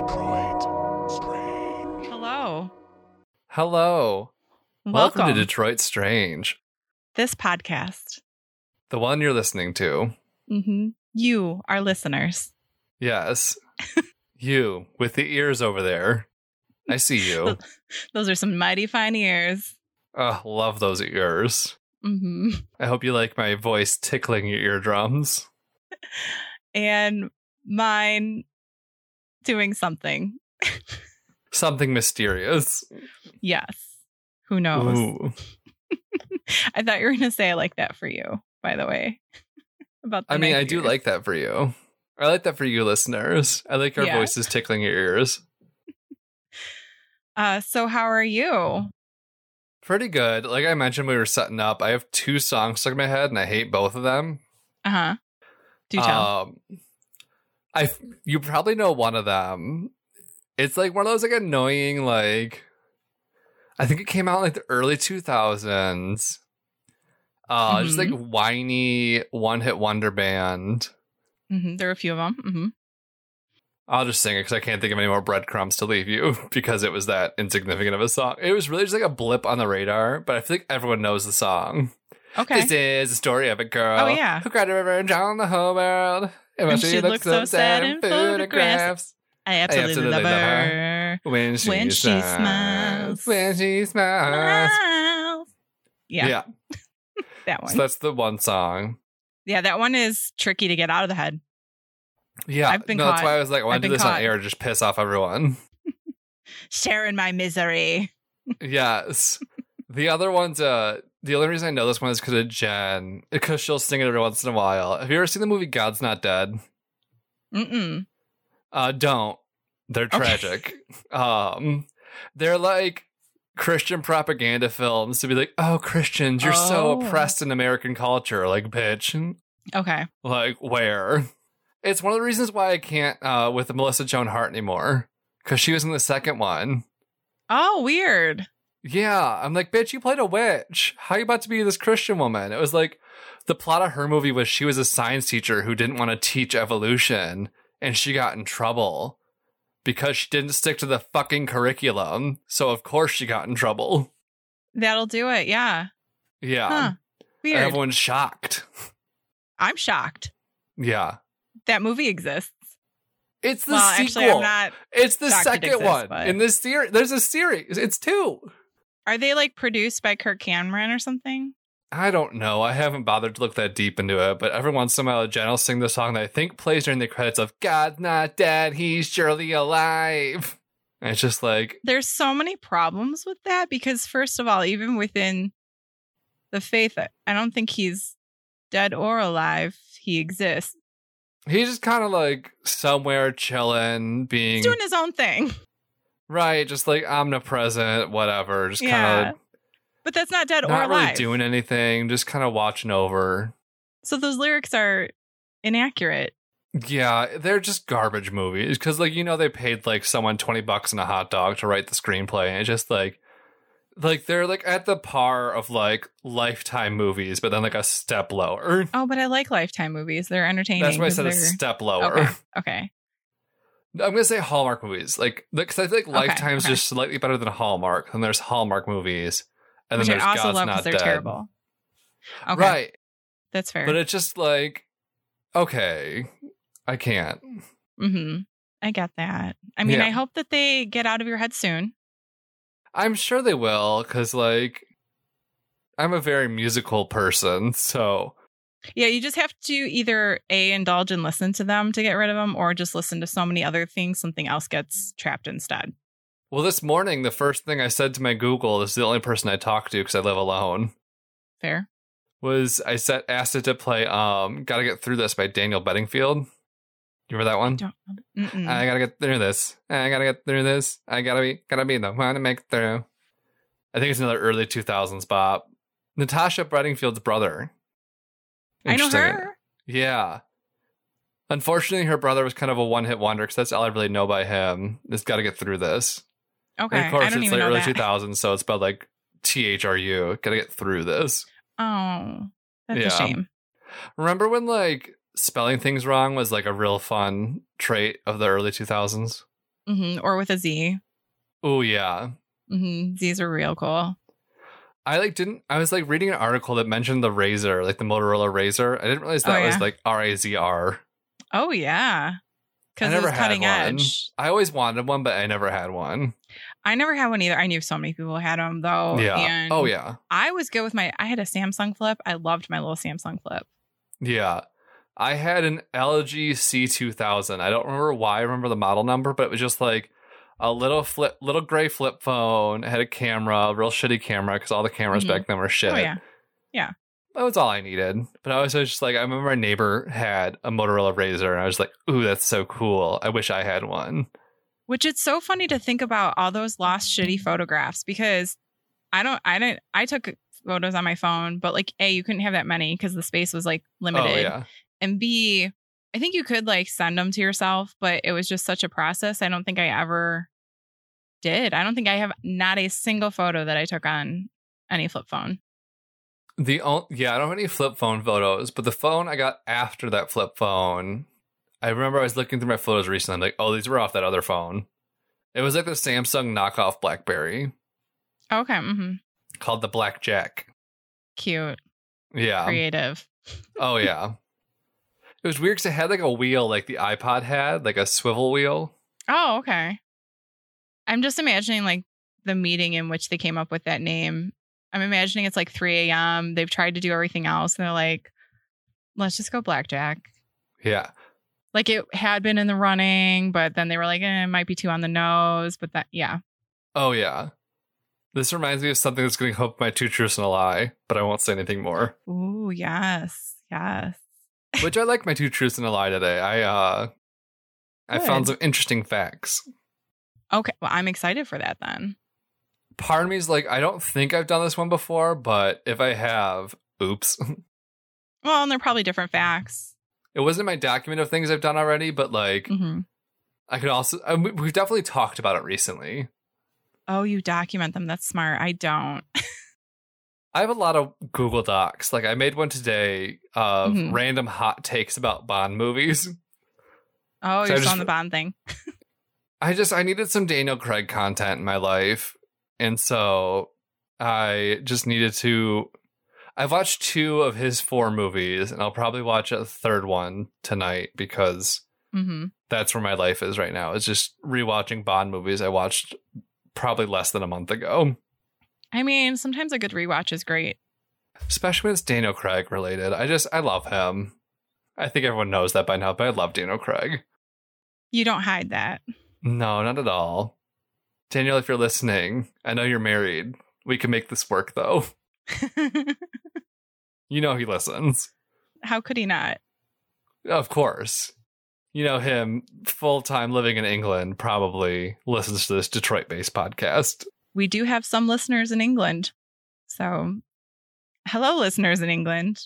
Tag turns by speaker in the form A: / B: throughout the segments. A: Detroit Strange.
B: Hello.
C: Hello.
B: Welcome,
C: to Detroit Strange,
B: this podcast.
C: the one you're listening to.
B: Mm-hmm. You, our listeners.
C: Yes. you with the ears over there. I see you.
B: Those are some mighty fine ears.
C: Oh, love those ears.
B: Mm-hmm.
C: I hope you like my voice tickling your eardrums.
B: And mine doing something.
C: Something mysterious.
B: Yes. Who knows?
C: Ooh.
B: I thought you were going to say I like that for you, by the way. About the
C: I mean,
B: nice
C: I do
B: ears.
C: like that for you. I like that for you, listeners. I like our
B: Yeah.
C: voices tickling your ears.
B: Uh, so, how are you?
C: Pretty good. Like I mentioned, we were setting up. I have two songs stuck in my head, and I hate both of them.
B: Uh huh. Do tell.
C: Um, I f- you probably know one of them. It's like one of those like annoying like. I think it came out in, like the early two thousands. Uh, just like
B: Mm-hmm.
C: whiny one hit wonder band.
B: hmm There are a few of them. hmm
C: I'll just sing it because I can't think of any more breadcrumbs to leave you because it was that insignificant of a song. It was really just like a blip on the radar, but I feel like everyone knows the song.
B: Okay.
C: This is the story of a girl.
B: Oh, yeah.
C: Who cried a river and drowned the whole world. And,
B: And she looked so sad in photographs. I absolutely,
C: absolutely
B: love,
C: love her.
B: her.
C: When she,
B: When she smiles.
C: When she smiles.
B: Smiles. Yeah, that one.
C: So that's the one song.
B: yeah, that one is tricky to get out of the head.
C: Yeah.
B: I've been
C: no, that's
B: caught.
C: why I was like, I
B: I've
C: want to do
B: been
C: this
B: caught.
C: on air, just piss off everyone.
B: Share in my misery.
C: Yes. the other one's uh the only reason I know this one is because of Jen, because she'll sing it every once in a while. Have you ever seen the movie God's Not Dead?
B: Mm-mm.
C: Uh don't. They're
B: Okay.
C: tragic. um they're like Christian propaganda films to be like, oh Christians, you're so
B: Oh.
C: oppressed in American culture, like bitch.
B: Okay.
C: Like where? It's one of the reasons why I can't uh with Melissa Joan Hart anymore. Cause she was in the second one.
B: Oh, weird.
C: Yeah, I'm like, bitch, you played a witch. How you about to be this Christian woman? It was like the plot of her movie was she was a science teacher who didn't want to teach evolution and she got in trouble because she didn't stick to the fucking curriculum. So of course she got in trouble.
B: That'll do it. Yeah.
C: Yeah.
B: Huh.
C: And
B: Weird.
C: everyone's shocked.
B: I'm shocked
C: Yeah.
B: that movie exists.
C: It's the
B: well,
C: sequel.
B: actually, I'm not.
C: it's the
B: shocked it
C: second
B: exists,
C: one.
B: but-
C: In this series there's a series. It's two.
B: Are they like produced by Kirk Cameron or something?
C: I don't know. I haven't bothered to look that deep into it, but every once in a while, Jen will sing the song that I think plays during the credits of God's Not Dead, He's Surely Alive. And it's just like,
B: there's so many problems with that because first of all even within the faith i don't think he's dead or alive he exists
C: he's just kind of like somewhere chilling,
B: he's
C: being
B: doing his own thing
C: right, just like omnipresent, whatever. Just
B: Yeah.
C: kind
B: but that's not dead
C: of
B: or
C: not
B: alive
C: really doing anything, just kind of watching over.
B: so those lyrics are inaccurate
C: Yeah, they're just garbage movies because, like, you know, they paid like someone twenty bucks and a hot dog to write the screenplay, and it's just like, like they're like at the par of like Lifetime movies, but then like a step lower.
B: oh but i like lifetime movies they're entertaining
C: That's why I
B: 'cause
C: said a
B: they're-
C: step lower.
B: okay okay
C: I'm gonna say Hallmark movies, like because I think Lifetime's
B: okay.
C: just slightly better than Hallmark. Then there's Hallmark movies, and
B: which
C: then
B: i
C: there's
B: also
C: God's
B: love
C: Not
B: they're
C: Dead.
B: terrible okay
C: Right,
B: that's fair
C: but it's just like, okay, I can't.
B: mm-hmm. i get that i mean
C: Yeah.
B: i hope that they get out of your head soon
C: I'm sure they will, because like I'm a very musical person, so
B: Yeah, you just have to either a indulge and listen to them to get rid of them, or just listen to so many other things. Something else gets trapped instead.
C: well this morning the first thing I said to my Google, this is the only person I talk to because I live alone,
B: Fair.
C: was I set asked it to play um Gotta Get Through This by Daniel Bedingfield. You remember that one?
B: Don't. Mm-mm.
C: I gotta get through this. I gotta get through this. I gotta be gotta be the one to make it through. I think it's another early two thousands bop. Natasha Bedingfield's brother.
B: I know
C: Interesting.
B: her.
C: Yeah. Unfortunately, her brother was kind of a one hit wonder because that's all I really know by him. It's got to get through this.
B: Okay,
C: And of course,
B: I don't
C: it's
B: even
C: like
B: know
C: early
B: that.
C: 2000s, so it's spelled like T H R U. Got to get through this.
B: Oh, that's
C: Yeah.
B: a shame.
C: Remember when like spelling things wrong was like a real fun trait of the early 2000s?
B: hmm or with a Z.
C: Oh yeah.
B: Mm-hmm. Z's are real cool.
C: I like didn't I was like reading an article that mentioned the razor, like the Motorola razor. I didn't realize
B: Oh,
C: that was
B: yeah.
C: like R A Z R.
B: Oh yeah,
C: I
B: because it
C: never
B: was
C: had
B: cutting
C: one.
B: edge.
C: I always wanted one, but I never had one.
B: I never had one either. I knew so many people had them though.
C: yeah.
B: And
C: oh yeah.
B: I was good with my. I had a Samsung Flip. I loved my little Samsung Flip.
C: Yeah. I had an LG C two thousand. I don't remember why I remember the model number, but it was just like a little flip little gray flip phone. It had a camera, a real shitty camera, because all the cameras
B: Mhm.
C: back then were shit.
B: Oh yeah.
C: That was all I needed. But I was, I was just like, I remember my neighbor had a Motorola Razor, and I was like, ooh, that's so cool. I wish I had one.
B: Which it's so funny to think about all those lost shitty photographs because I don't. I didn't. I took photos on my phone, but like a you couldn't have that many because the space was like limited.
C: Oh yeah.
B: and B, I think you could like send them to yourself, but it was just such a process. I don't think I ever did. I don't think I have not a single photo that I took on any flip phone.
C: The on- yeah, I don't have any flip phone photos, but the phone I got after that flip phone, I remember I was looking through my photos recently. I'm like, oh, these were off that other phone. It was like the Samsung knockoff BlackBerry
B: Okay, hmm
C: called the Blackjack.
B: cute,
C: Yeah.
B: creative.
C: Oh yeah. It was weird because it had like a wheel, like the iPod had, like a swivel wheel.
B: Oh, okay. I'm just imagining like the meeting in which they came up with that name. I'm imagining it's like 3 a.m. They've tried to do everything else, and they're like, "Let's just go blackjack."
C: Yeah.
B: Like it had been in the running, but then they were like, eh, "It might be too on the nose." But that, yeah.
C: Oh yeah. This reminds me of something that's going to help my two truths and a lie, but I won't say anything more.
B: Ooh, yes, yes.
C: Which I like my two truths and a lie today. I uh I found
B: Good.
C: some interesting facts.
B: Okay, well, I'm excited for that then.
C: Part of me is like, I don't think I've done this one before, but if I have, oops.
B: Well, and they're probably different facts.
C: It wasn't my document of things I've done already, but like
B: hmm
C: I could also I, we- we've definitely talked about it recently.
B: Oh, you document them. That's smart. I don't.
C: I have a lot of Google Docs. Like I made one today of
B: Mhm.
C: random hot takes about Bond movies. So I
B: Oh, you're
C: just-
B: still on the bond thing.
C: I just I needed some Daniel Craig content in my life, and so I just needed to. I've watched two of his four movies, and I'll probably watch a third one tonight because
B: hmm
C: that's where my life is right now. It's just rewatching Bond movies I watched probably less than a month ago,
B: I mean, sometimes a good rewatch is great.
C: especially when it's Daniel Craig related. I just I love him. I think everyone knows that by now, but I love Daniel Craig.
B: You don't hide that.
C: No, not at all. Daniel, if you're listening, I know you're married. We can make this work though. You know he listens.
B: How could he not?
C: Of course. You know him, full time living in England, probably listens to this Detroit based podcast.
B: We do have some listeners in England. So, hello, listeners in England.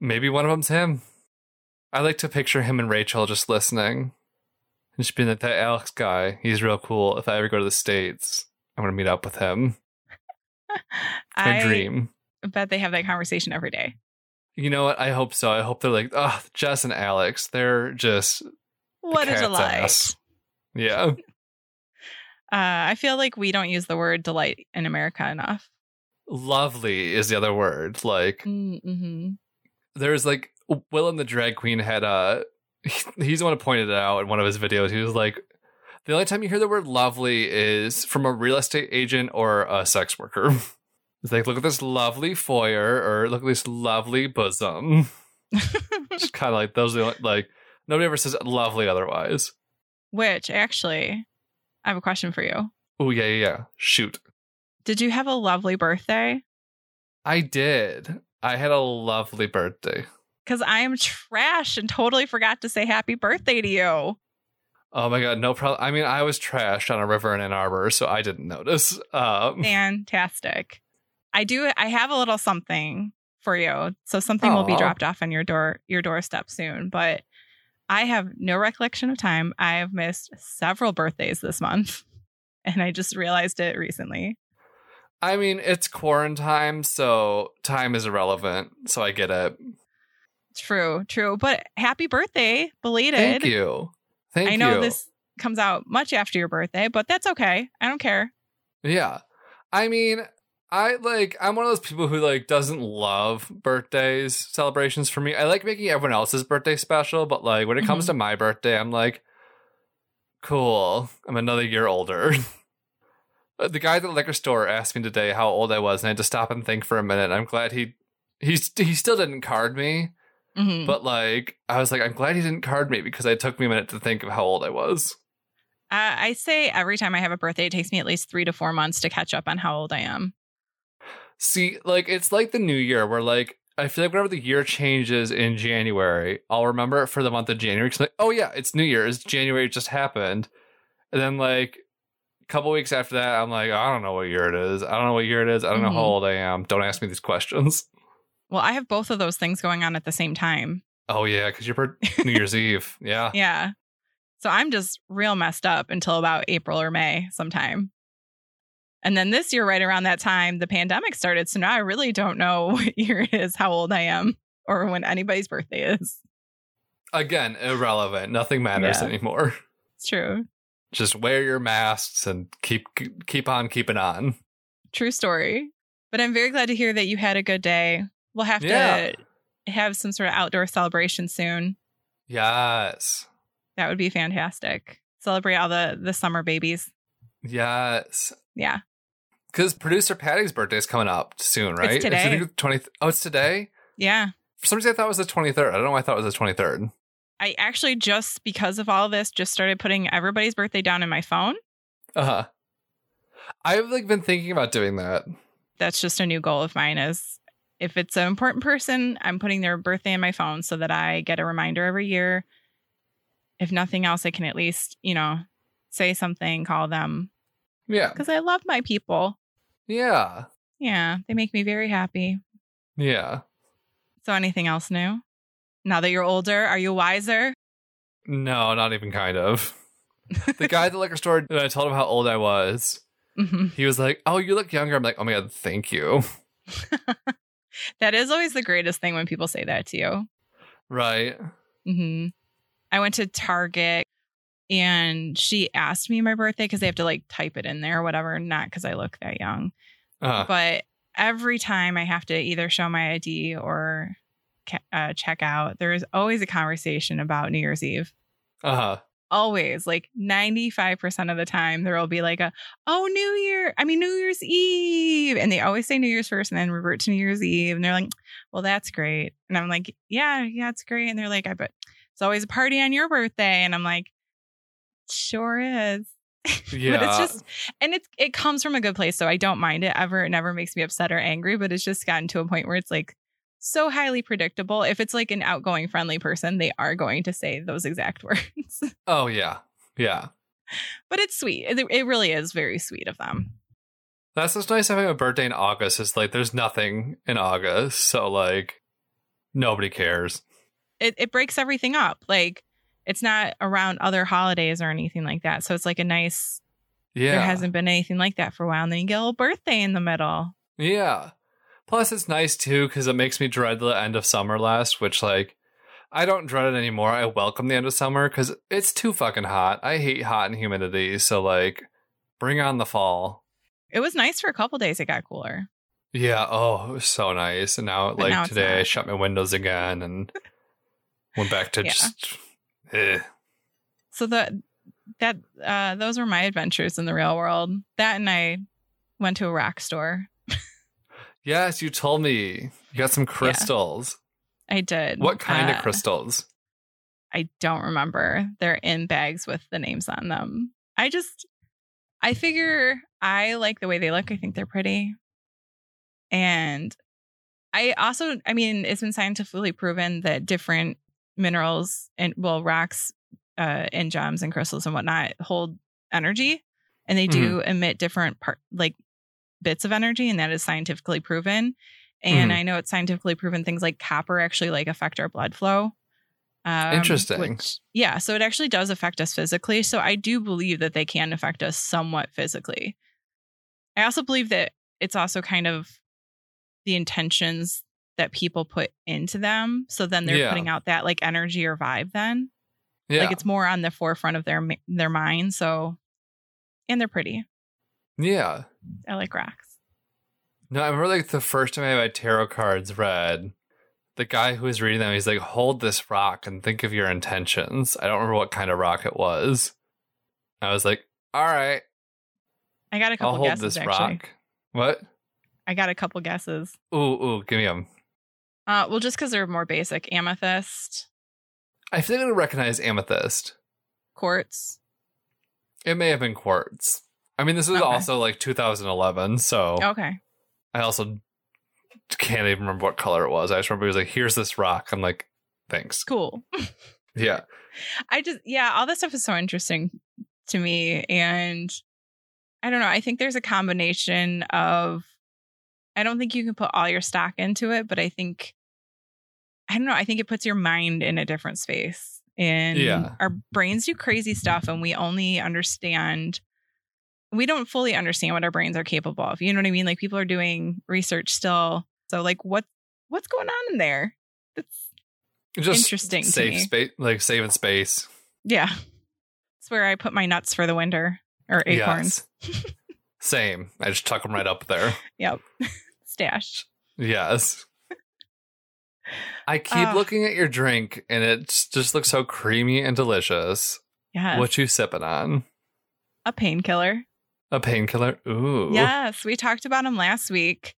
C: Maybe one of them's him. I like to picture him and Rachel just listening. And just being like, that Alex guy, he's real cool. If I ever go to the States, I'm going to meet up with him. My dream.
B: I bet they have that conversation every day.
C: You know what? I hope so. I hope they're like, oh, Jess and Alex, they're just,
B: What a
C: cat's
B: delight.
C: ass. yeah.
B: Uh, I feel like we don't use the word delight in America enough.
C: Lovely is the other word. Like,
B: Mm-hmm.
C: there's like Willem the drag queen had uh he, he's the one who pointed it out in one of his videos. He was like, the only time you hear the word lovely is from a real estate agent or a sex worker. It's like, look at this lovely foyer or look at this lovely bosom. Just kind of like those are the only- like nobody ever says lovely otherwise.
B: Which actually, I have a question for you.
C: Oh yeah, yeah, yeah. Shoot.
B: Did you have a lovely birthday?
C: I did. I had a lovely birthday.
B: Because I am trash and totally forgot to say happy birthday to you.
C: Oh my god, no problem. I mean, I was trashed on a river in Ann Arbor, so I didn't notice. Um,
B: Fantastic. I do. I have a little something for you. So something will be
C: Aw.
B: dropped off on your door, your doorstep soon. But I have no recollection of time. I have missed several birthdays this month, and I just realized it recently.
C: I mean, it's quarantine, so time is irrelevant. So I get it.
B: True, true. But happy birthday, belated.
C: Thank you. Thank you.
B: I know this comes out much after your birthday, but that's okay. I don't care.
C: Yeah. I mean, I like I'm one of those people who like doesn't love birthdays celebrations for me. I like making everyone else's birthday special, but like when it comes
B: Mhm.
C: to my birthday, I'm like cool. I'm another year older. the guy at the liquor store asked me today how old I was and I had to stop and think for a minute. I'm glad he he st- he still didn't card me,
B: Mhm.
C: but like I was like I'm glad he didn't card me because it took me a minute to think of how old I was.
B: I, I say every time I have a birthday, it takes me at least three to four months to catch up on how old I am.
C: See, like it's like the new year where like I feel like whenever the year changes in January, I'll remember it for the month of January. Cause like, oh yeah, it's New Year's. January just happened, and then like a couple weeks after that, I'm like, I don't know what year it is. I don't know what year it is. I don't know how
B: Mhm.
C: old I am. Don't ask me these questions.
B: Well, I have both of those things going on at the same time.
C: Oh yeah, because you're per- New Year's Eve. Yeah.
B: Yeah. So I'm just real messed up until about April or May sometime. And then this year, right around that time, the pandemic started. So now I really don't know what year it is, how old I am, or when anybody's birthday is.
C: Again, irrelevant. Nothing matters
B: Yeah.
C: anymore.
B: It's true.
C: Just wear your masks and keep keep on keeping on.
B: True story. But I'm very glad to hear that you had a good day. We'll have
C: Yeah.
B: to have some sort of outdoor celebration soon.
C: Yes.
B: That would be fantastic. Celebrate all the the summer babies.
C: Yes.
B: Yeah.
C: Because producer Patty's birthday is coming up soon, right?
B: today.
C: Twenty. Oh, it's today.
B: Yeah.
C: For some reason, I thought it was the twenty third. I don't know. why I thought it was the twenty third.
B: I actually just because of all this just started putting everybody's birthday down in my phone.
C: Uh huh. I've like been thinking about doing that.
B: That's just a new goal of mine is if it's an important person, I'm putting their birthday in my phone so that I get a reminder every year. If nothing else, I can at least, you know, say something, call them
C: Yeah.
B: cuz I love my people.
C: Yeah.
B: Yeah, they make me very happy.
C: Yeah.
B: So anything else new? Now that you're older, are you wiser?
C: No, not even kind of. the guy at the liquor store, when I told him how old I was,
B: Mhm.
C: he was like, "Oh, you look younger." I'm like, "Oh my god, thank you."
B: that is always the greatest thing when people say that to you.
C: Right.
B: hmm I went to Target and she asked me my birthday because they have to like type it in there or whatever, not because I look that young.
C: Uh,
B: But every time I have to either show my ID or ca- uh, check out, there is always a conversation about New Year's Eve.
C: uh huh.
B: Always, like 95% of the time, there will be like a, oh, New Year, I mean, New Year's Eve. And they always say New Year's first and then revert to New Year's Eve. And they're like, well, that's great. And I'm like, yeah, yeah, it's great. And they're like, I bet it's always a party on your birthday. And I'm like, sure is.
C: Yeah.
B: But it's just, and it's it comes from a good place, so I don't mind it ever. It never makes me upset or angry, but it's just gotten to a point where it's like so highly predictable. If it's like an outgoing, friendly person, they are going to say those exact words.
C: Oh yeah. Yeah.
B: but it's sweet. It, it really is very sweet of them.
C: That's what's nice having a birthday in August. Is like there's nothing in August, so like nobody cares.
B: It it breaks everything up. Like it's not around other holidays or anything like that. So it's like a nice.
C: Yeah,
B: There hasn't been anything like that for a while, and then you get a little birthday in the middle.
C: yeah. Plus, it's nice too because it makes me dread the end of summer less, which like I don't dread it anymore. I welcome the end of summer because it's too fucking hot. I hate hot and humidity, so like bring on the fall.
B: It was nice for a couple days. It got cooler.
C: Yeah. Oh, it was so nice. And now, like
B: now it's
C: today, I
B: not.
C: shut my windows again and went back to
B: Yeah.
C: just. eh.
B: so the that uh those were my adventures in the real world that and i went to a rock store
C: Yes, you told me you got some crystals.
B: i did
C: What kind
B: Uh,
C: of crystals?
B: i don't remember they're in bags with the names on them i just i figure i like the way they look i think they're pretty and i also i mean it's been scientifically proven that different minerals and well rocks uh, and gems and crystals and whatnot hold energy and they do emit different part like bits of energy and that is scientifically proven and
C: Mhm.
B: i know it's scientifically proven things like copper actually like affect our blood flow um,
C: Interesting.
B: which- yeah so it actually does affect us physically so i do believe that they can affect us somewhat physically i also believe that it's also kind of the intentions that people put into them so then they're
C: Yeah.
B: putting out that like energy or vibe then
C: Yeah.
B: Like it's more on the forefront of their mi- their mind. So, and they're pretty.
C: yeah.
B: I like rocks.
C: No, I remember like the first time I had my tarot cards read, the guy who was reading them, he's like, hold this rock and think of your intentions. I don't remember what kind of rock it was. I was like, all right,
B: I got a
C: I'll
B: couple
C: hold
B: guesses
C: this
B: actually.
C: rock. What?
B: I got a couple guesses.
C: Ooh, ooh, give me them.
B: Uh, well, just because they're more basic, amethyst,
C: I think I recognize amethyst.
B: quartz.
C: It may have been quartz. I mean, this was
B: Okay.
C: also like 2011, so
B: Okay,
C: I also can't even remember what color it was. I just remember he was like, here's this rock. I'm like, thanks.
B: cool.
C: Yeah.
B: I just yeah, all this stuff is so interesting to me, and I don't know. I think there's a combination of. I don't think you can put all your stock into it, but I think I don't know. I think it puts your mind in a different space. And
C: Yeah.
B: our brains do crazy stuff and we only understand we don't fully understand what our brains are capable of. You know what I mean? Like people are doing research still. So like what what's going on in there? That's
C: Just
B: Interesting to
C: Safe
B: me.
C: space, like saving space.
B: yeah. It's where I put my nuts for the winter or acorns.
C: Yes. Same. I just tuck them right up there.
B: Stash.
C: Yes. I keep
B: Ah.
C: looking at your drink and it just looks so creamy and delicious.
B: Yes.
C: What you sipping on?
B: a painkiller.
C: A painkiller? Ooh.
B: Yes. We talked about him last week.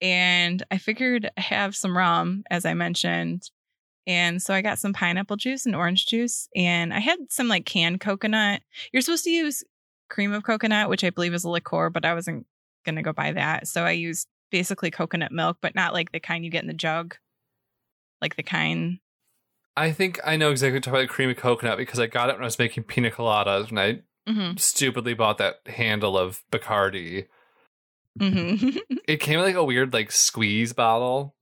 B: And I figured I have some rum, as I mentioned. And so I got some pineapple juice and orange juice. And I had some like canned coconut. You're supposed to use cream of coconut, which I believe is a liqueur, but I wasn't going to go buy that. So I used basically coconut milk, but not like the kind you get in the jug, like the kind.
C: I think I know exactly what you're talking about creamy coconut because I got it when I was making pina coladas and I
B: Mm
C: stupidly bought that handle of Bacardi.
B: hmm. Mm hmm.
C: It came in like a weird like squeeze bottle,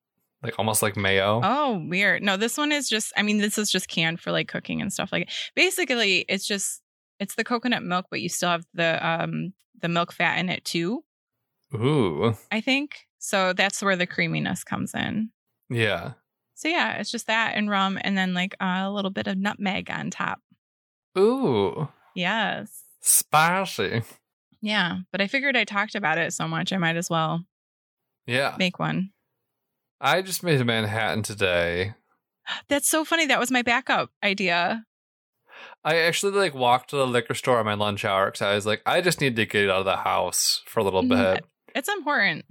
C: like almost like mayo.
B: Oh, weird. No, this one is just, I mean, this is just canned for like cooking and stuff like it. Basically, it's just, it's the coconut milk, but you still have the, um, the milk fat in it too, Oh.
C: Ooh.
B: I think. So that's where the creaminess comes in.
C: Yeah.
B: So yeah, it's just that and rum and then like a little bit of nutmeg on top.
C: Ooh.
B: Yes.
C: Spicy.
B: Yeah. But I figured I talked about it so much, I might as well
C: Yeah.
B: make one.
C: I just made a Manhattan today.
B: That's so funny. That was my backup idea.
C: I actually like walked to the liquor store on my lunch hour because I was like, I just need to get out of the house for a little
B: Mhm.
C: bit.
B: It's important.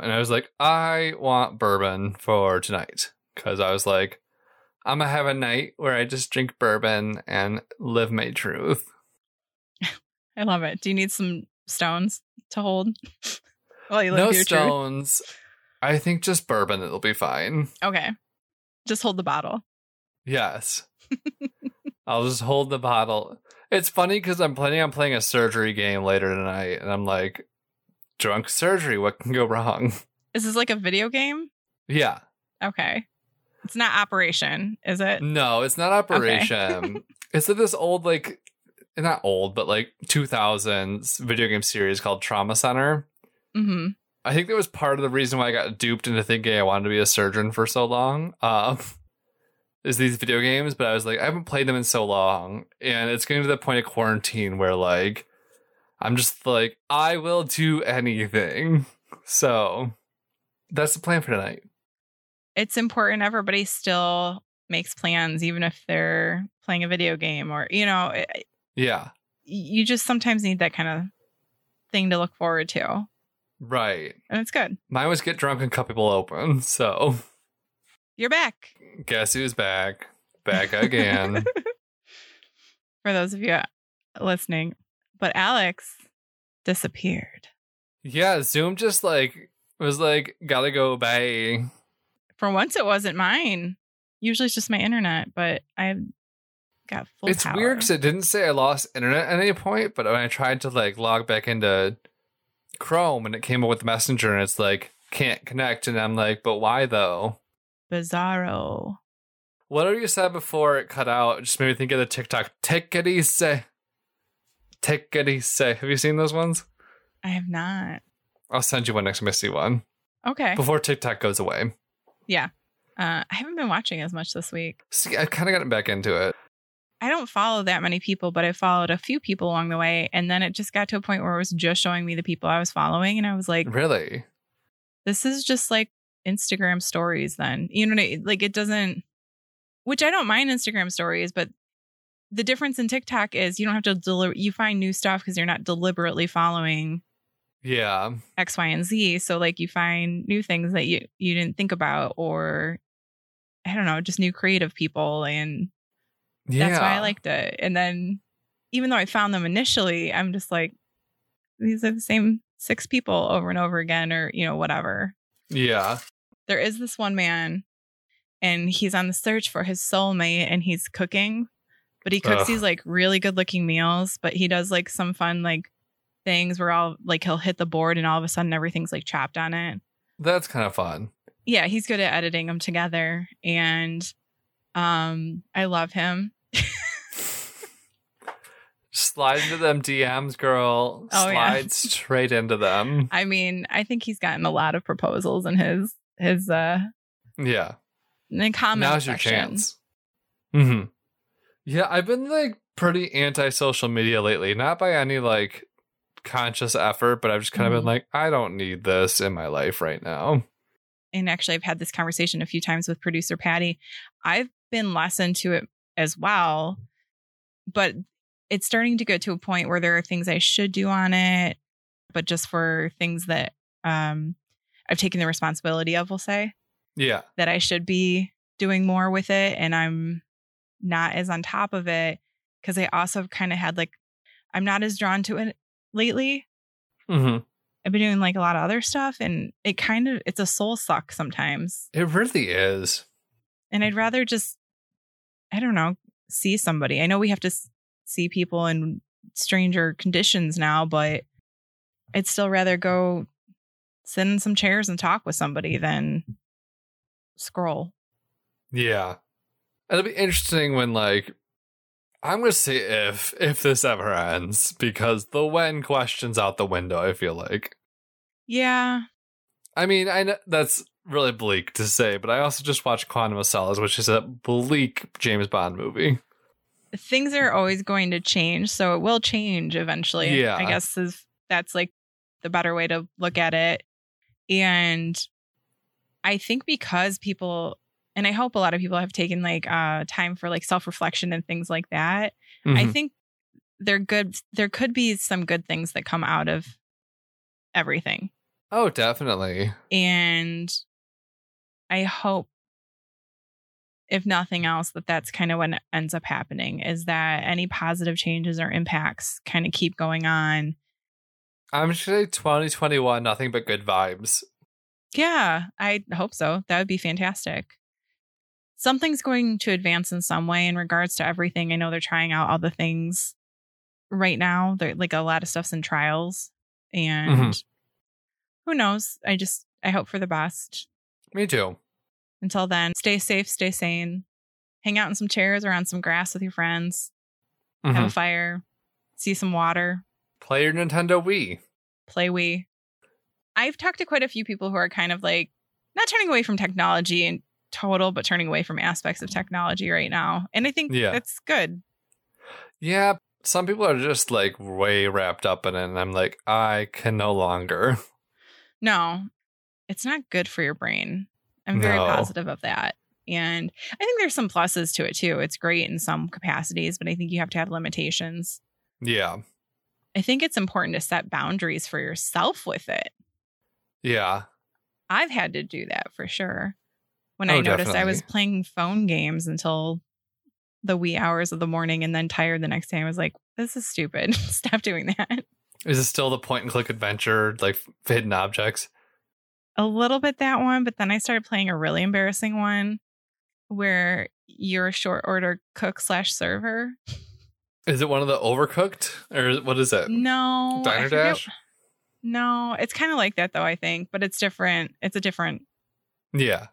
C: And I was like, I want bourbon for tonight because I was like, I'm gonna have a night where I just drink bourbon and live my truth.
B: I love it. Do you need some stones to hold while you live
C: no
B: your truth?
C: stones. I think just bourbon. It'll be fine.
B: Okay. Just hold the bottle.
C: Yes. I'll just hold the bottle. It's funny because I'm planning on playing a surgery game later tonight, and I'm like, drunk surgery. What can go wrong?
B: Is this like a video game?
C: Yeah.
B: Okay. It's not Operation, is it?
C: No, it's not Operation. it's like this old, like, not old, but like 2000s video game series called Trauma Center.
B: hmm
C: I think that was part of the reason why I got duped into thinking I wanted to be a surgeon for so long. Um, is these video games, but I was like, I haven't played them in so long, and it's getting to the point of quarantine where like I'm just like, I will do anything. So that's the plan for tonight.
B: It's important. Everybody still makes plans, even if they're playing a video game or, you know, it-
C: Yeah,
B: you just sometimes need that kind of thing to look forward to.
C: right.
B: And it's good.
C: Mine was get drunk and cut people open. So
B: You're back.
C: guess who's back? Back again.
B: For those of you listening. But Alex disappeared
C: yeah, Zoom just like was like, gotta go bye.
B: For once, it wasn't mine. Usually it's just my internet, but I got full
C: it's
B: power.
C: weird because it didn't say I lost internet at any point, but when I tried to like log back into Chrome and it came up with Messenger and it's like can't connect, and I'm like, but why though?
B: Bizarro.
C: Whatever you said before it cut out it just made me think of the TikTok. Take it easy, take it easy. Have you seen those ones?
B: I have not.
C: I'll send you one next time I see one
B: Okay. Uh,
C: before TikTok goes away.
B: I haven't been watching as much this week.
C: See, I kind of gotten back into it.
B: I don't follow that many people, but I followed a few people along the way. And then it just got to a point where it was just showing me the people I was following. And I was like,
C: Really?
B: this is just like Instagram stories, then. You know, what I- like it doesn't, which I don't mind Instagram stories, but the difference in TikTok is you don't have to deliver, you find new stuff because you're not deliberately following
C: Yeah.
B: X, Y, and Z. So like you find new things that you you didn't think about, or I don't know, just new creative people, and
C: Yeah.
B: that's why I liked it. And then even though I found them initially, I'm just like these are the same six people over and over again, or you know whatever.
C: Yeah.
B: There is this one man, and he's on the search for his soulmate, and he's cooking, but he cooks
C: Ugh.
B: these like really good looking meals, but he does like some fun like things where all like he'll hit the board and all of a sudden everything's like chopped on it
C: That's kind of fun.
B: yeah, he's good at editing them together, and um, I love him.
C: Slide into them DMs, girl.
B: Oh, yeah.
C: Slide straight into them.
B: I mean, I think he's gotten a lot of proposals in his his uh
C: Yeah.
B: in the comment
C: Now's your
B: section.
C: chance. hmm Yeah, I've been like pretty anti social media lately. Not by any like conscious effort, but I've just kind of
B: Mhm.
C: been like, I don't need this in my life right now.
B: And actually, I've had this conversation a few times with producer Patty. I've been less into it as well, but it's starting to get to a point where there are things I should do on it, but just for things that um I've taken the responsibility of, we'll say.
C: Yeah.
B: that I should be doing more with it and I'm not as on top of it cuz I also kind of had like I'm not as drawn to it lately.
C: hmm
B: I've been doing like a lot of other stuff and it kind of it's a soul suck sometimes.
C: It really is.
B: And I'd rather just I don't know, see somebody. I know we have to s- see people in stranger conditions now, but I'd still rather go sit in some chairs and talk with somebody than scroll.
C: Yeah. It'll be interesting when like I'm gonna say if if this ever ends, because the when question's out the window, I feel like.
B: Yeah.
C: I mean, I know that's really bleak to say, but I also just watched Quantum of Solace, which is a bleak James Bond movie.
B: things are always going to change, so it will change eventually.
C: Yeah.
B: I guess is that's like the better way to look at it. And I think because people and I hope a lot of people have taken like uh time for like self-reflection and things like that. I
C: Mhm.
B: think they're good there could be some good things that come out of everything.
C: oh, definitely.
B: And I hope if nothing else that that's kind of what e-, ends up happening is that any positive changes or impacts kind of keep going on
C: I'm just gonna say 2021, nothing but good vibes.
B: yeah i hope so that would be fantastic something's going to advance in some way in regards to everything i know they're trying out all the things right now they're like a lot of stuff's in trials and who knows i just i hope for the best
C: Me too.
B: Until then, stay safe, stay sane. Hang out in some chairs or on some grass with your friends. Have a
C: Mhm.
B: fire. See some water.
C: Play your Nintendo Wii.
B: Play Wii. I've talked to quite a few people who are kind of like not turning away from technology in total, but turning away from aspects of technology right now. And I think
C: Yeah.
B: that's good.
C: Yeah, some people are just like way wrapped up in it, and I'm like, I can no longer.
B: No, it's not good for your brain. I'm very
C: No.
B: positive of that. And I think there's some pluses to it too. It's great in some capacities, but I think you have to have limitations.
C: Yeah,
B: I think it's important to set boundaries for yourself with it.
C: yeah,
B: I've had to do that for sure. When I
C: Oh,
B: noticed I was
C: definitely.
B: playing phone games until the wee hours of the morning and then tired the next day, I was like, this is stupid. Stop doing that.
C: Is it still the point and click adventure, like f- hidden objects?
B: A little bit that one, but then I started playing a really embarrassing one where you're a short order cook slash server.
C: Is it one of the overcooked, or is- what is it?
B: No. I
C: Uh, Diner
B: forget-
C: Dash?
B: No, it's kind of like that though, I think, but it's different. It's a different
C: Yeah,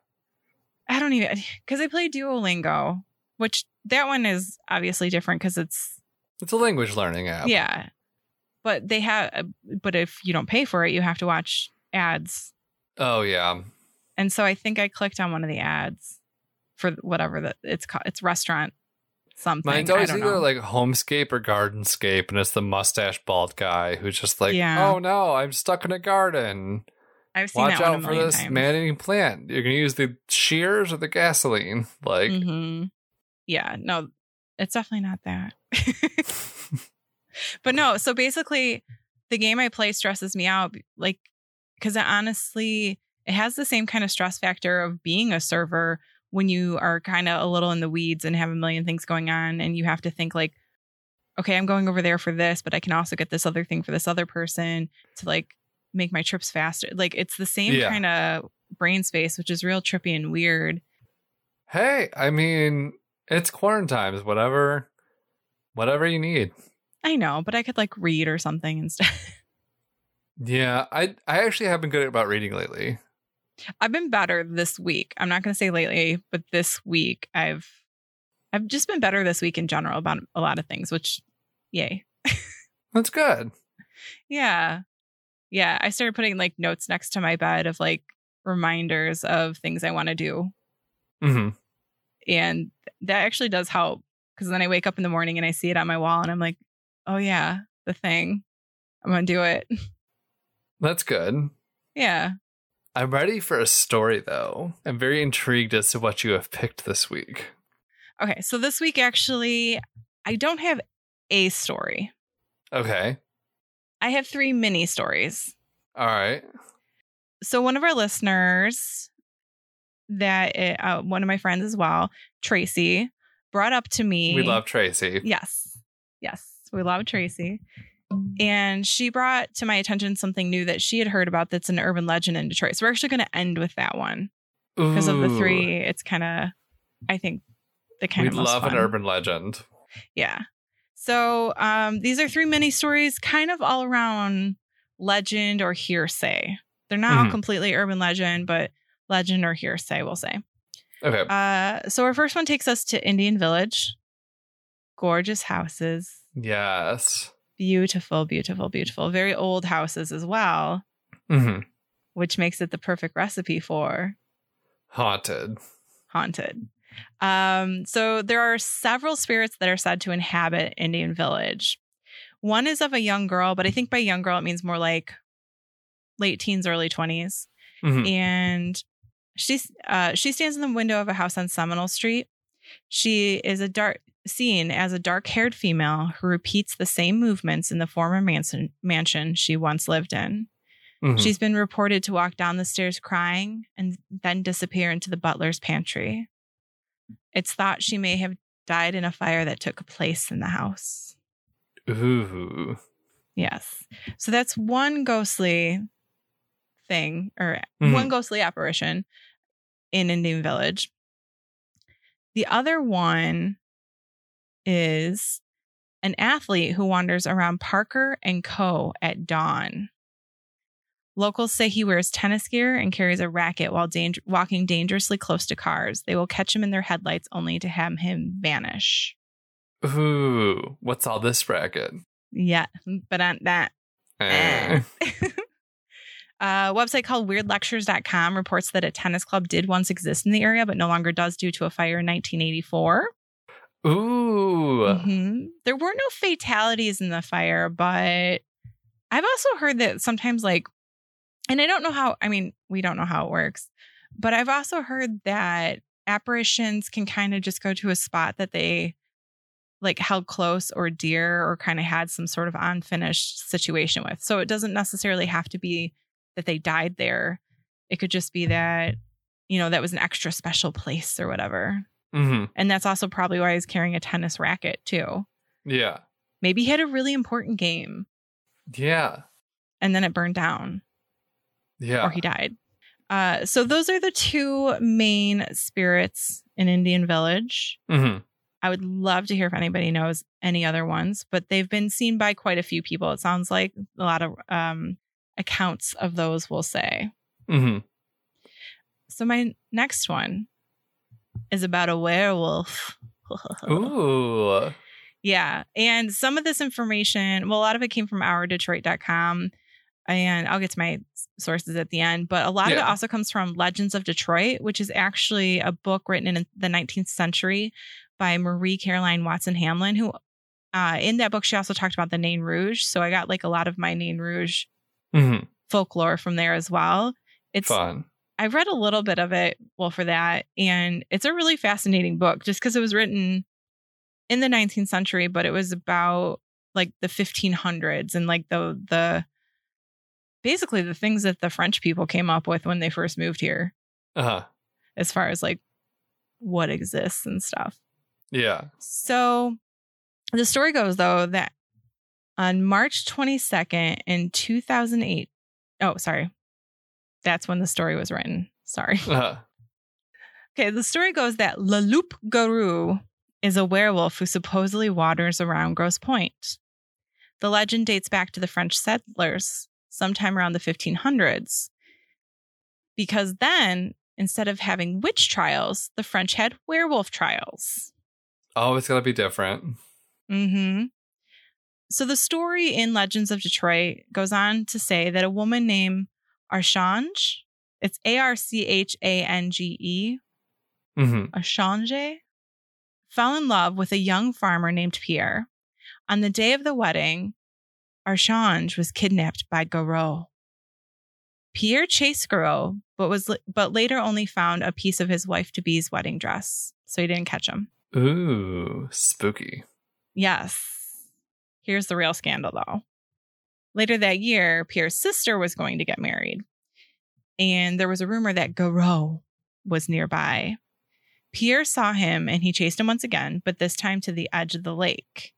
B: I don't even because I play Duolingo, which that one is obviously different because it's
C: it's a language learning app.
B: yeah. But they have, but if you don't pay for it, you have to watch ads.
C: Oh yeah.
B: And so I think I clicked on one of the ads for whatever that it's called. It's restaurant something.
C: Mine's
B: I
C: always
B: don't
C: either
B: know.
C: like homescape or gardenscape, and it's the mustache bald guy who's just like,
B: Yeah.
C: "Oh no, I'm stuck in a garden.
B: I've seen
C: Watch
B: that one
C: out
B: a
C: for
B: million
C: this
B: times.
C: man-eating plant. You're gonna use the shears or the gasoline." Like,
B: hmm Yeah, no, it's definitely not that. Mm. but no, so basically, the game I play stresses me out, like, because honestly, it has the same kind of stress factor of being a server when you are kind of a little in the weeds and have a million things going on, and you have to think, like, okay, I'm going over there for this, but I can also get this other thing for this other person to like make my trips faster. Like, it's the same
C: Yeah.
B: kind of brain space, which is real trippy and weird.
C: hey, I mean, it's quarantine. It's Whatever, whatever you need.
B: I know, but I could like read or something instead.
C: Yeah, I I actually have been good about reading lately.
B: I've been better this week. I'm not going to say lately, but this week I've I've just been better this week in general about a lot of things, which yay.
C: That's good.
B: Yeah. Yeah, I started putting like notes next to my bed of like reminders of things I want to do,
C: hmm
B: and that actually does help cuz then I wake up in the morning and I see it on my wall and I'm like, "Oh yeah, the thing. I'm going to do it."
C: That's good.
B: yeah.
C: I'm ready for a story though. I'm very intrigued as to what you have picked this week.
B: Okay, so this week actually I don't have a story.
C: Okay.
B: I have three mini stories.
C: All right.
B: so one of our listeners that uh, one of my friends as well tracy brought up to me
C: We love Tracy.
B: yes yes we love tracy and she brought to my attention something new that she had heard about that's an urban legend in detroit so we're actually going to end with that one because of the
C: Ooh,
B: three it's kind of i think the kind
C: We
B: of most
C: love an
B: fun.
C: urban legend.
B: Yeah. So um, these are three mini stories, kind of all around legend or hearsay. They're not all
C: Mhm.
B: completely urban legend, but legend or hearsay, we'll say.
C: Okay.
B: Uh, so our first one takes us to Indian Village. Gorgeous houses,
C: yes.
B: beautiful, beautiful, beautiful. Very old houses as well,
C: hmm
B: which makes it the perfect recipe for
C: Haunted.
B: haunted. Um, so there are several spirits that are said to inhabit Indian Village. One is of a young girl, but I think by young girl it means more like late teens, early 20s
C: Mhm.
B: and she's uh, she stands in the window of a house on Seminole Street. She is a dark seen as a dark-haired female who repeats the same movements in the former mansion mansion she once lived in.
C: Mhm.
B: She's been reported to walk down the stairs crying and then disappear into the butler's pantry. It's thought she may have died in a fire that took place in the house.
C: Ooh.
B: Yes. So that's one ghostly thing or
C: Mhm.
B: one ghostly apparition in Indian Village. The other one is an athlete who wanders around Parker and Co. at dawn. Locals say he wears tennis gear and carries a racket while dang- walking dangerously close to cars. They will catch him in their headlights only to have him vanish.
C: Ooh. What's all this racket?
B: Yeah, but on that
C: Eh.
B: Eh. A website called weirdlectures.com reports that a tennis club did once exist in the area, but no longer does due to a fire in 1984.
C: Ooh.
B: Mhm. There were no fatalities in the fire, but I've also heard that sometimes, like, and I don't know how, I mean, we don't know how it works, but I've also heard that apparitions can kind of just go to a spot that they like held close or dear or kind of had some sort of unfinished situation with. So it doesn't necessarily have to be that they died there. It could just be that, you know, that was an extra special place or whatever.
C: Mhm.
B: And that's also probably why he's carrying a tennis racket, too.
C: Yeah.
B: Maybe he had a really important game
C: Yeah.
B: and then it burned down or
C: Yeah.
B: he died. Uh, so, those are the two main spirits in Indian Village.
C: Mhm.
B: I would love to hear if anybody knows any other ones, but they've been seen by quite a few people. It sounds like a lot of um, accounts of those will say.
C: Mhm.
B: So, my next one is about a werewolf.
C: Ooh.
B: Yeah. And some of this information, well, a lot of it came from ourdetroit.com. And I'll get to my s- sources at the end, but a lot of
C: Yeah.
B: it also comes from Legends of Detroit, which is actually a book written in the 19th century by Marie Caroline Watson Hamlin, who uh, in that book she also talked about the Nain Rouge. So I got like a lot of my Nain Rouge
C: Mhm.
B: folklore from there as well. It's
C: Fun.
B: I read a little bit of it, well, for that, and it's a really fascinating book just because it was written in the 19th century, but it was about like the 1500s and like the the basically the things that the French people came up with when they first moved here,
C: Uh huh.
B: as far as like what exists and stuff.
C: Yeah.
B: So the story goes though that on March 22nd in 2008, oh sorry, that's when the story was written. Sorry.
C: Uh-huh.
B: Okay, the story goes that Laloup Garou is a werewolf who supposedly wanders around Grosse Pointe. The legend dates back to the French settlers sometime around the 1500s. Because then, instead of having witch trials, the French had werewolf trials.
C: Oh, it's gonna be different.
B: Mm-hmm. So the story in Legends of Detroit goes on to say that a woman named Archange, it's A R C H A N G E,
C: hmm
B: um, Ashange, fell in love with a young farmer named Pierre. On the day of the wedding, Archange was kidnapped by Garot. Pierre chased Garot, but was but later only found a piece of his wife to be's wedding dress, so he didn't catch him.
C: Ooh, spooky.
B: Yes. Here's the real scandal, though. Later that year, Pierre's sister was going to get married, and there was a rumor that Garot was nearby. Pierre saw him and he chased him once again, but this time to the edge of the lake.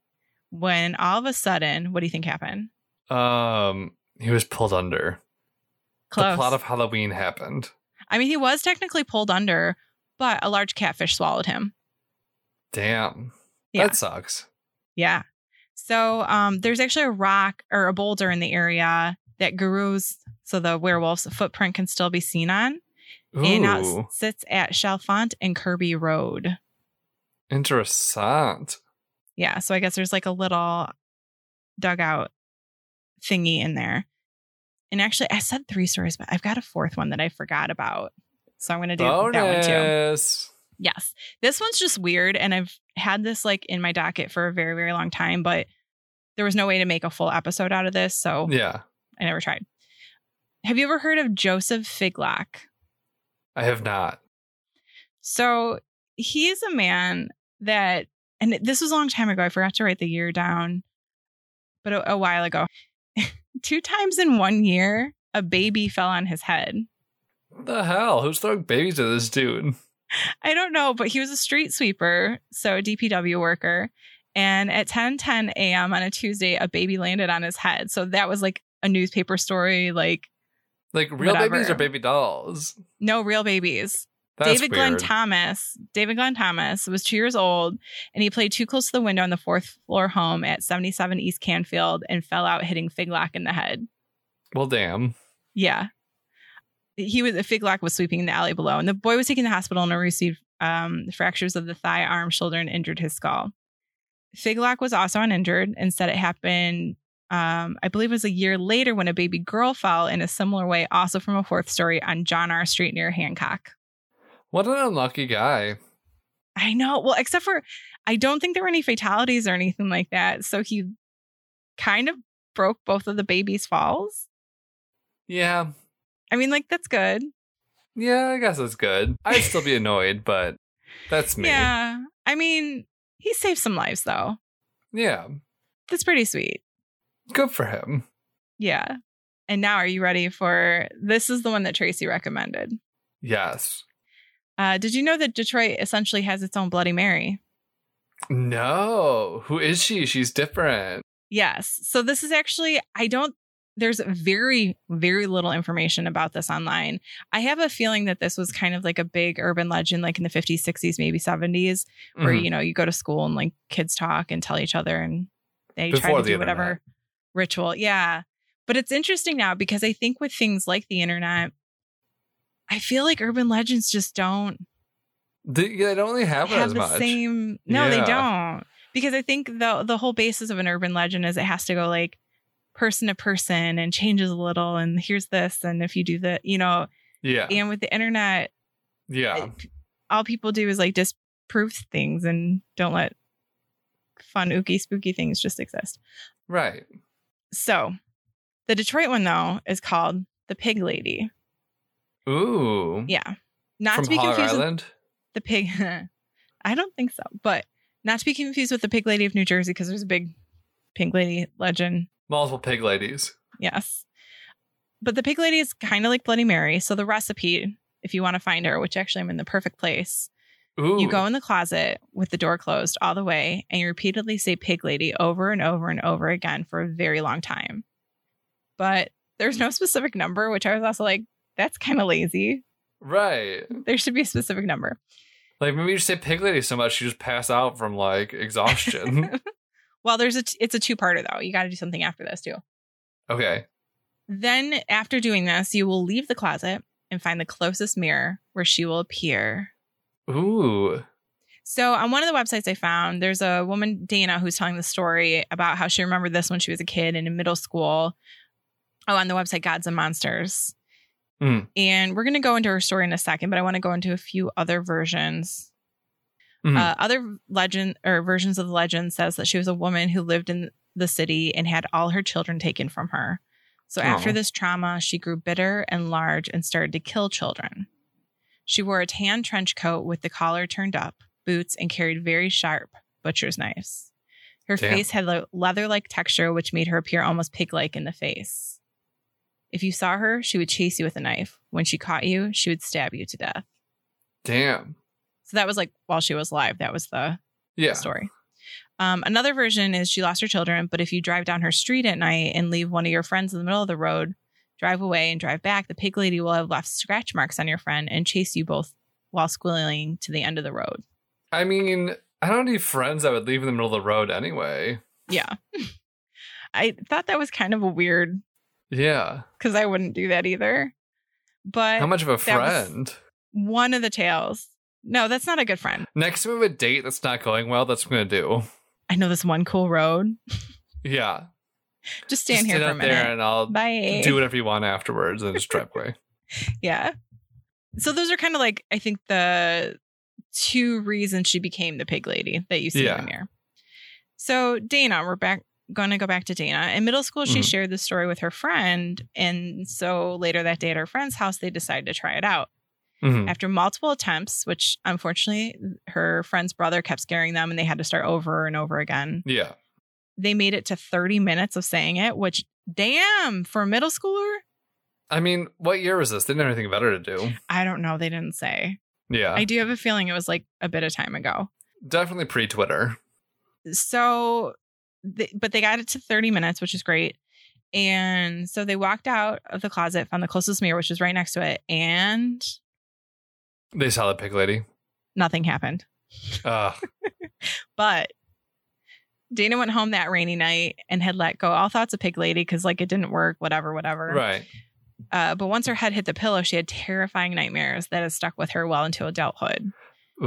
B: When all of a sudden, what do you think happened?
C: Um, he was pulled under. The
B: Close.
C: plot of Halloween happened.
B: I mean, he was technically pulled under, but a large catfish swallowed him.
C: Damn.
B: Yeah.
C: That sucks.
B: Yeah. So um, there's actually a rock or a boulder in the area that Guru's, so the werewolf's footprint can still be seen on.
C: Ooh,
B: And now it sits at Chalfont and Kirby Road.
C: interessant.
B: Yeah. So I guess there's like a little dugout thingy in there. And actually, I said three stories, but I've got a fourth one that I forgot about. So I'm going to do that one too.
C: Bonus.
B: Yes. This one's just weird. And I've had this like in my docket for a very, very long time, but there was no way to make a full episode out of this. So
C: Yeah,
B: I never tried. Have you ever heard of Joseph Figlock?
C: I have not.
B: So he is a man that, and this was a long time ago. I forgot to write the year down, but a, a while ago. Two times in one year, a baby fell on his head.
C: What the hell? Who's throwing babies at this dude?
B: I don't know, but he was a street sweeper, so a DPW worker. And at 10 10 a.m. on a Tuesday, a baby landed on his head. So that was like a newspaper story, like
C: Like real babies
B: Whatever.
C: or baby dolls?
B: no real babies.
C: That's
B: David
C: weird.
B: Glenn Thomas. David Glenn Thomas was two years old, and he played too close to the window on the fourth floor home at 77 East Canfield and fell out hitting Figlock in the head.
C: well, damn.
B: Yeah, he was. Figlock was sweeping in the alley below, and the boy was taken to the hospital and received um, fractures of the thigh, arm, shoulder, and injured his skull. Figlock was also uninjured and said it happened. Um, I believe it was a year later when a baby girl fell in a similar way, also from a fourth story on John R. Street near Hancock.
C: What an unlucky guy.
B: I know. Well, except for I don't think there were any fatalities or anything like that. So he kind of broke both of the baby's falls.
C: Yeah,
B: I mean, like that's good.
C: yeah. I guess that's good. I'd still be annoyed, but that's me.
B: Yeah. I mean, he saved some lives though.
C: yeah.
B: That's pretty sweet.
C: Good for him.
B: Yeah. And now are you ready for this is the one that Tracy recommended.
C: Yes.
B: Uh, did you know that Detroit essentially has its own Bloody Mary?
C: No. Who is she? She's different.
B: Yes. So this is actually, I don't, there's very, very little information about this online. I have a feeling that this was kind of like a big urban legend, like in the 50s, 60s, maybe 70s, where,
C: Mhm.
B: you know, you go to school and like kids talk and tell each other and they try
C: Before
B: to
C: the
B: do whatever
C: internet.
B: ritual. Yeah. But it's interesting now because I think with things like the internet, I feel like urban legends just don't
C: They, they don't really have, it
B: have
C: as
B: the
C: much.
B: same. No, they
C: Yeah.
B: don't. Because I think the the whole basis of an urban legend is it has to go like person to person and changes a little. And here's this, and if you do the, you know,
C: yeah.
B: and with the internet,
C: Yeah.
B: all people do is like disprove prove things and don't let fun, ooky, spooky things just exist.
C: Right.
B: So the Detroit one, though, is called The Pig Lady.
C: Ooh.
B: Yeah. Not
C: From
B: to be
C: Hog
B: confused with
C: Island.
B: the pig. I don't think so, but not to be confused with the Pig Lady of New Jersey because there's a big Pig Lady legend.
C: Multiple pig ladies.
B: Yes. But the Pig Lady is kind of like Bloody Mary. So the recipe, if you want to find her, which actually I'm in the perfect place,
C: Ooh.
B: you go in the closet with the door closed all the way and you repeatedly say pig lady over and over and over again for a very long time. But there's no specific number, which I was also like, that's kind of lazy.
C: Right.
B: There should be a specific number.
C: Like maybe you just say pig lady so much you just pass out from like exhaustion.
B: Well, there's a t- it's a two-parter though. You got to do something after this too.
C: okay.
B: Then after doing this, you will leave the closet and find the closest mirror where she will appear.
C: Ooh.
B: So on one of the websites I found, there's a woman Dana who's telling the story about how she remembered this when she was a kid and in middle school. Oh, on the website Gods and Monsters.
C: Mm.
B: And we're going to go into her story in a second, but I want to go into a few other versions.
C: Mhm.
B: Uh, other legend or versions of the legend says that she was a woman who lived in the city and had all her children taken from her. So after
C: Aw.
B: this trauma, she grew bitter and large and started to kill children. She wore a tan trench coat with the collar turned up, boots, and carried very sharp butcher's knives. Her
C: Damn.
B: face had a leather like texture, which made her appear almost pig like in the face. If you saw her, she would chase you with a knife. When she caught you, she would stab you to death.
C: Damn.
B: So that was like while she was alive. That was the
C: Yeah.
B: story. Um, another version is she lost her children, but if you drive down her street at night and leave one of your friends in the middle of the road, drive away and drive back, the pig lady will have left scratch marks on your friend and chase you both while squealing to the end of the road.
C: I mean, I don't need friends I would leave in the middle of the road anyway.
B: Yeah. I thought that was kind of a weird
C: Yeah.
B: because I wouldn't do that either. But
C: How much of a
B: that was-
C: friend?
B: one of the tales. No, that's not a good friend.
C: Next time we have a date that's not going well, that's what I'm gonna do.
B: I know this one cool road.
C: Yeah.
B: Just stand
C: Just
B: here
C: stand
B: for a
C: out there
B: minute.
C: and I'll
B: Bye.
C: do whatever you want afterwards and just drive away.
B: Yeah. So those are kind of like I think the two reasons she became the pig lady that you see
C: Yeah.
B: in there. So Dana, we're back going to go back to Dana. In middle school, she
C: Mhm.
B: shared the story with her friend, and so later that day at her friend's house, they decided to try it out.
C: Mhm.
B: After multiple attempts, which unfortunately her friend's brother kept scaring them, and they had to start over and over again.
C: Yeah.
B: They made it to 30 minutes of saying it, which damn for a middle schooler,
C: I mean, what year was this? They didn't have anything better to do.
B: I don't know. They didn't say.
C: Yeah.
B: I do have a feeling it was like a bit of time ago.
C: Definitely pre Twitter.
B: So, they, but they got it to 30 minutes, which is great. And so they walked out of the closet, found the closest mirror, which was right next to it, and
C: They saw the pig lady. Ah,
B: nothing happened.
C: Ugh.
B: But Dana went home that rainy night and had let go all thoughts of Pig Lady because, like, it didn't work, whatever, whatever.
C: right.
B: Uh, but once her head hit the pillow, she had terrifying nightmares that had stuck with her well into adulthood.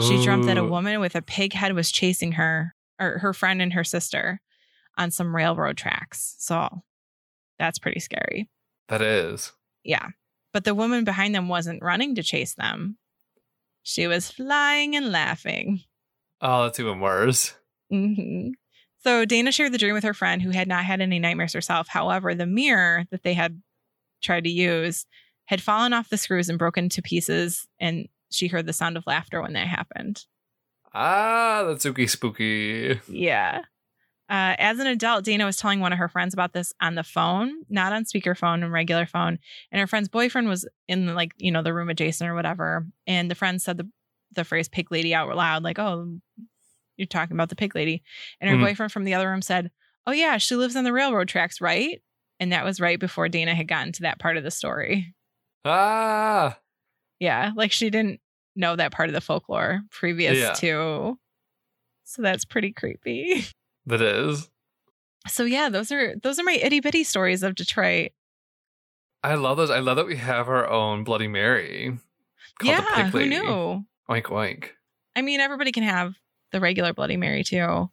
B: She dreamt that a
C: Ooh.
B: woman with a pig head was chasing her or her friend and her sister on some railroad tracks. So that's pretty scary.
C: That is.
B: Yeah. But the woman behind them wasn't running to chase them. She was flying and laughing.
C: Oh, that's even worse.
B: hmm So Dana shared the dream with her friend who had not had any nightmares herself. However, the mirror that they had tried to use had fallen off the screws and broken to pieces. And she heard the sound of laughter when that happened.
C: Ah, that's spooky spooky.
B: Yeah. Uh, as an adult, Dana was telling one of her friends about this on the phone, not on speakerphone and regular phone. And her friend's boyfriend was in like you know the room adjacent or whatever. And the friend said the the phrase "pig lady" out loud, like, "Oh, you're talking about the pig lady." And her
C: Mhm.
B: boyfriend from the other room said, "Oh yeah, she lives on the railroad tracks, right?" And that was right before Dana had gotten to that part of the story.
C: Ah.
B: Yeah, like she didn't know that part of the folklore previous
C: Yeah.
B: to. So that's pretty creepy.
C: That is.
B: So yeah, those are those are my itty bitty stories of Detroit.
C: I love those. I love that we have our own Bloody Mary. Called the
B: yeah,
C: pig
B: who
C: lady.
B: knew?
C: Oink oink.
B: I mean, everybody can have the regular Bloody Mary too,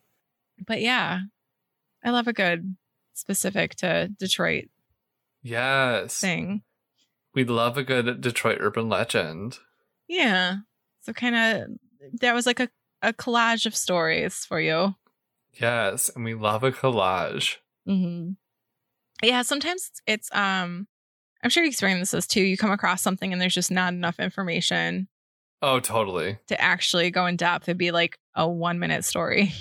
B: but yeah, I love a good specific to Detroit
C: Yes.
B: thing.
C: We love a good Detroit urban legend.
B: Yeah, so kind of that was like a a collage of stories for you.
C: Yes, and we love a collage.
B: Mm-hmm. Yeah, sometimes it's um, I'm sure you experience this too. You come across something and there's just not enough information
C: Oh, totally.
B: to actually go in depth. It'd be like a one minute story.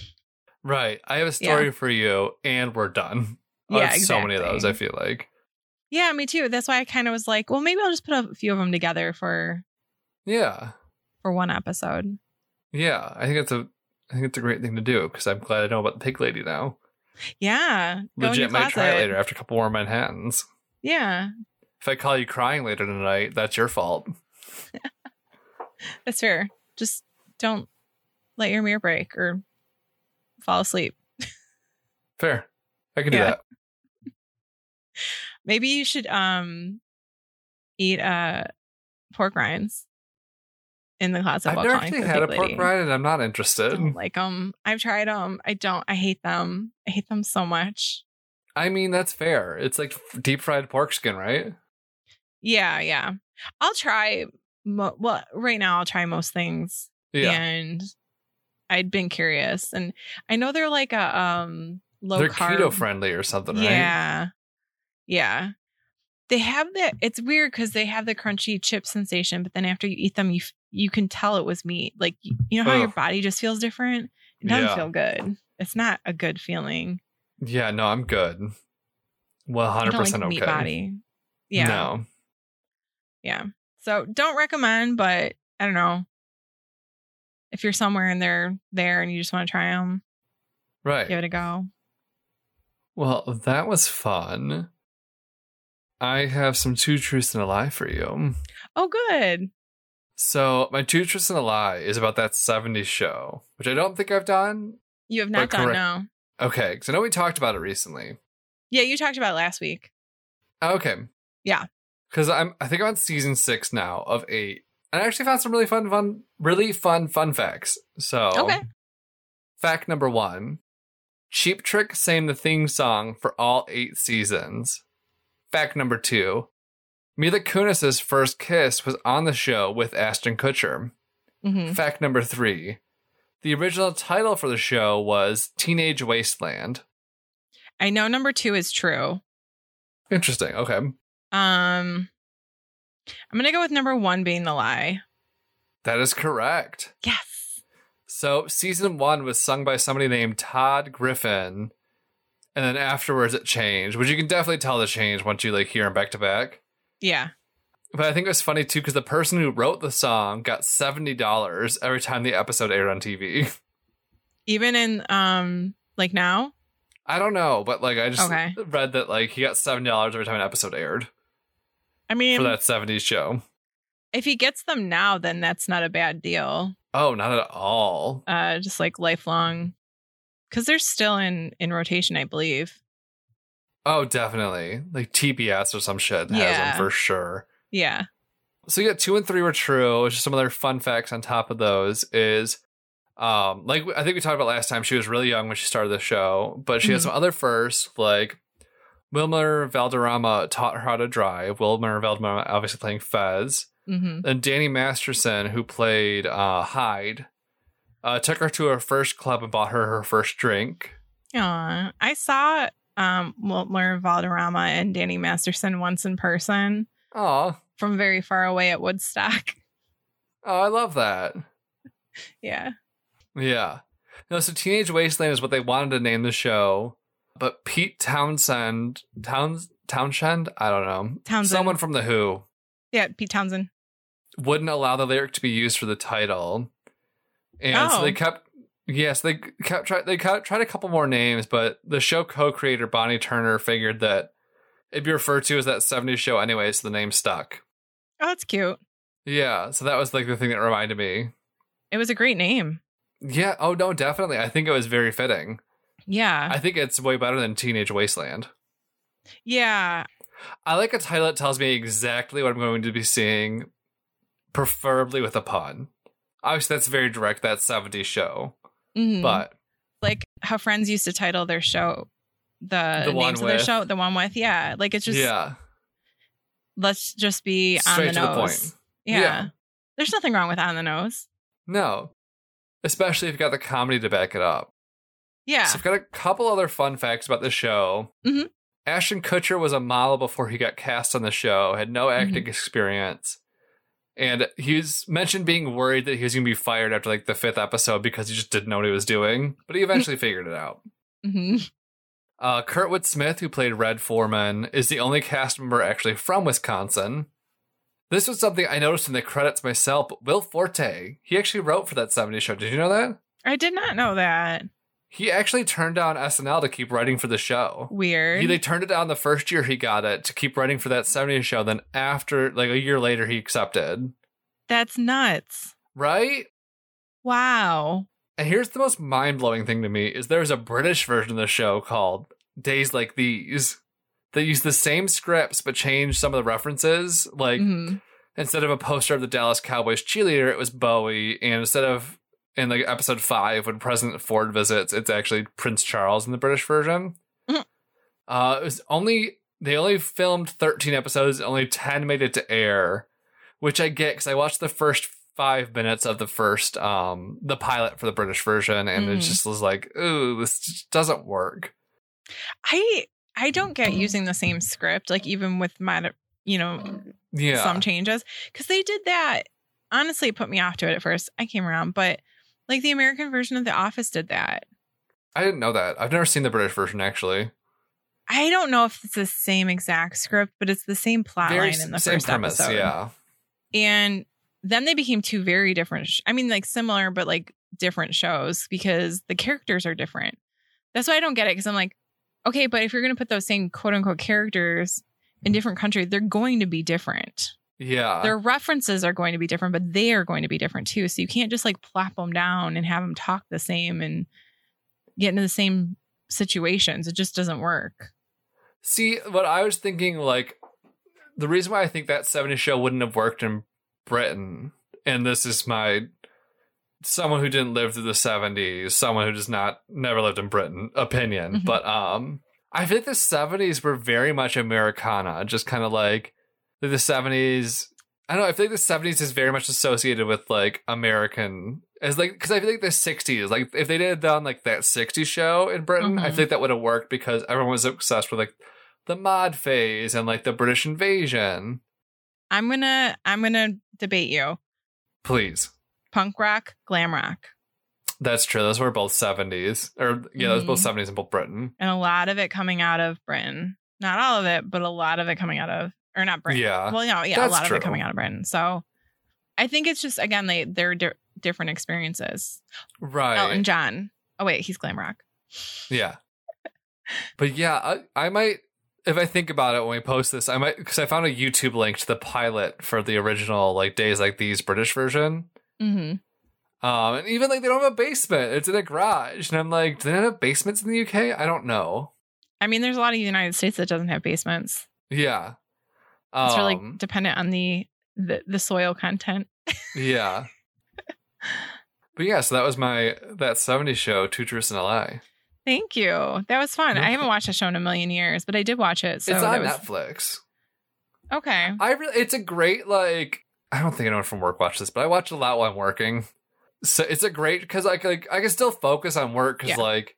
C: Right. I have a story for you, and we're done. Oh,
B: yeah,
C: it's so many of those.
B: exactly.
C: I feel like.
B: Yeah, me too. That's why I kind of was like, well, maybe I'll just put a few of them together for
C: Yeah,
B: for one episode.
C: yeah. I think it's a, I think it's a great thing to do because I'm glad I know about the pig lady now.
B: Yeah, go in your
C: Legit, might try it
B: closet.
C: later after a couple more Manhattan's.
B: Yeah,
C: If I call you crying later tonight, that's your fault.
B: that's fair. Just don't let your mirror break or fall asleep.
C: Fair. I can do
B: Yeah.
C: that.
B: Maybe you should um eat uh pork rinds in the closet.
C: I've
B: while
C: never
B: calling
C: actually
B: for the
C: had a
B: pig
C: pork
B: lady.
C: rind, and I'm not interested.
B: Don't like them. I've tried them. I don't. I hate them. I hate them so much.
C: I mean, that's fair. It's like f- deep fried pork skin, right?
B: Yeah, yeah. I'll try. Mo- well, right now I'll try most things, and I'd been curious, and I know they're like a um low
C: They're
B: carb.
C: keto friendly or something, right?
B: Yeah, yeah. They have that. It's weird because they have the crunchy chip sensation, but then after you eat them, you f- you can tell it was meat. Like you, you know how your
C: Ugh.
B: body just feels different. It doesn't
C: Yeah.
B: feel good. It's not a good feeling.
C: Yeah, no, I'm good. Well,
B: I
C: hundred
B: don't like
C: percent
B: the
C: okay.
B: meat body. Yeah.
C: No.
B: So don't recommend, but I don't know. If you're somewhere and they're there and you just want to try them,
C: Right.
B: give it a go.
C: Well, that was fun. I have some two truths and a lie for you.
B: Oh, good.
C: So, my two truths and a lie is about that 70s show, which I don't think I've done.
B: You have not
C: But
B: done
C: correct-
B: no.
C: Okay, because I know we talked about it recently.
B: Yeah, you talked about it last week.
C: Okay.
B: Yeah.
C: Because I'm, I think I'm on season six now of eight, and I actually found some really fun, fun, really fun, fun facts. So,
B: Okay.
C: fact number one: Cheap Trick sang the theme song for all eight seasons. Fact number two: Mila Kunis's first kiss was on the show with Ashton Kutcher.
B: hmm
C: Fact number three: The original title for the show was Teenage Wasteland.
B: I know number two is true.
C: Interesting. Okay.
B: Um, I'm gonna go with number one being the lie.
C: That is correct.
B: Yes.
C: So season one was sung by somebody named Todd Griffin, and then afterwards it changed, which you can definitely tell the change once you like hear them back to back.
B: Yeah.
C: But I think it was funny too because the person who wrote the song got seventy dollars every time the episode aired on TV.
B: Even in um, like now.
C: I don't know, but like I just
B: Okay.
C: read that like he got seventy dollars every time an episode aired
B: I
C: for
B: mean,
C: that '70s show.
B: if he gets them now, then that's not a bad deal.
C: Oh, not at all.
B: uh just like lifelong because they're still in in rotation i believe
C: Oh, definitely like TBS or some shit has them
B: Yeah.
C: for sure.
B: yeah
C: So yeah, two and three were true. Just some other fun facts on top of those is, um, like I think we talked about last time, she was really young when she started the show, but she had
B: Mhm.
C: some other firsts like Wilmer Valderrama taught her how to drive. Wilmer Valderrama obviously playing Fez,
B: hmm
C: and Danny Masterson who played uh, Hyde. Uh, took her to her first club and bought her her first drink.
B: Aww. i saw um wilmer valderrama and danny masterson once in person
C: Aw,
B: from very far away at woodstock
C: oh, I love that.
B: yeah
C: Yeah. No, so Teenage Wasteland is what they wanted to name the show, but Pete Townsend, Towns, Townshend, I don't know,
B: Townsend.
C: someone from the Who
B: yeah pete townsend
C: wouldn't allow the lyric to be used for the title, and so
B: Oh.
C: they kept. Yes, they kept try, they kept, tried a couple more names, but the show co-creator Bonnie Turner figured that it'd be referred to as that '70s show anyway, so the name stuck.
B: oh that's cute
C: Yeah, so that was like the thing that reminded me.
B: it was a great name
C: Yeah, oh no, definitely. I think it was very fitting.
B: yeah
C: I think it's way better than Teenage Wasteland.
B: yeah
C: I like a title that tells me exactly what I'm going to be seeing, preferably with a pun. Obviously, that's very direct, that 70s show.
B: Mhm.
C: But
B: like how friends used to title their show the,
C: The one
B: names of their
C: with.
B: show the one with yeah like it's just
C: yeah,
B: let's just be on
C: straight
B: the
C: to
B: nose
C: the point.
B: Yeah.
C: Yeah.
B: There's nothing wrong with on the nose.
C: No. especially if you got the comedy to back it up.
B: Yeah.
C: So I've got a couple other fun facts about the show.
B: Mhm.
C: Ashton Kutcher was a model before he got cast on the show, had no
B: Mm-hmm.
C: acting experience. And he was mentioned being worried that he was going to be fired after like the fifth episode because he just didn't know what he was doing. But he
B: Mm-hmm.
C: eventually figured it out.
B: hmm
C: Uh, Kurtwood Smith, who played Red Foreman, is the only cast member actually from Wisconsin. This was something I noticed in the credits myself. But Will Forte, he actually wrote for that 70s show. Did you know that?
B: I did not know that.
C: He actually turned down SNL to keep writing for the show.
B: Weird.
C: He, they turned it down the first year he got it to keep writing for that 70s show. Then after, like a year later, he accepted.
B: That's nuts.
C: Right?
B: Wow.
C: And here's the most mind-blowing thing to me is there's a British version of the show called Days Like These. They use the same scripts but change some of the references. Like
B: Mhm.
C: instead of a poster of the Dallas Cowboys cheerleader, it was Bowie. And instead of in like episode five, when President Ford visits, it's actually Prince Charles in the British version.
B: Mhm.
C: Uh, it was only they only filmed thirteen episodes, only ten made it to air, which I get because I watched the first five minutes of the first um the pilot for the British version, and it
B: Mhm.
C: just was like, ooh, this just doesn't work.
B: I I don't get using the same script like even with my you know
C: Yeah,
B: some changes because they did that. Honestly, it put me off to it at first. I came around, but like the American version of The Office did that.
C: I didn't know that. I've never seen the British version actually.
B: I don't know if it's the same exact script, but it's the same plot
C: Very
B: line in the
C: same
B: first
C: premise,
B: episode.
C: yeah.
B: and then they became two very different sh- i mean like similar but like different shows because the characters are different that's why i don't get it because i'm like okay but if you're going to put those same quote unquote characters in different countries they're going to be different
C: Yeah.
B: their references are going to be different but they are going to be different too so you can't just like plop them down and have them talk the same and get into the same situations it just doesn't work
C: See, what I was thinking, like, the reason why I think that 70s show wouldn't have worked in Britain, and this is my someone who didn't live through the 70s, someone who does not never lived in Britain opinion,
B: Mhm.
C: but um, I think the 70s were very much Americana, just kind of like the 70s. I don't know. I feel like the 70s is very much associated with like American, as like, because I feel like the 60s, like if they did done like that 60s show in Britain, I
B: Mhm.
C: think that would have worked because everyone was obsessed with like the mod phase and like the British invasion.
B: i'm gonna i'm gonna debate you
C: Please.
B: punk rock glam rock
C: That's true. Those were both 70s. Or, yeah, those were both
B: Mhm.
C: 70s in both Britain.
B: and a lot of it coming out of Britain. Not all of it, but a lot of it coming out of or not Britain.
C: Yeah.
B: Well, no, yeah,
C: That's
B: a lot
C: true.
B: of it coming out of Britain. So I think it's just again they they're di- different experiences.
C: Right.
B: Elton John. Oh wait, he's glam rock.
C: Yeah. But yeah, I, I might, if I think about it when we post this, I might, because I found a YouTube link to the pilot for the original, like, Days Like These British version.
B: Mm-hmm.
C: Um, and even, like, they don't have a basement. It's in a garage. And I'm like, do they not have basements in the UK? I don't know.
B: I mean, there's a lot of United States that doesn't have basements.
C: Yeah. Um,
B: It's really dependent on the, the the soil content.
C: yeah. But yeah, so that was my, that 70s show, Two Truths in LA.
B: Thank you. That was fun.
C: No
B: I haven't
C: problem.
B: watched that show in a million years, but I did watch it. So
C: it's
B: that
C: on
B: was
C: Netflix.
B: okay.
C: I really, it's a great like. I don't think anyone from work watches this, but I watch a lot while I'm working. So it's a great because I can- like I can still focus on work because
B: Yeah.
C: like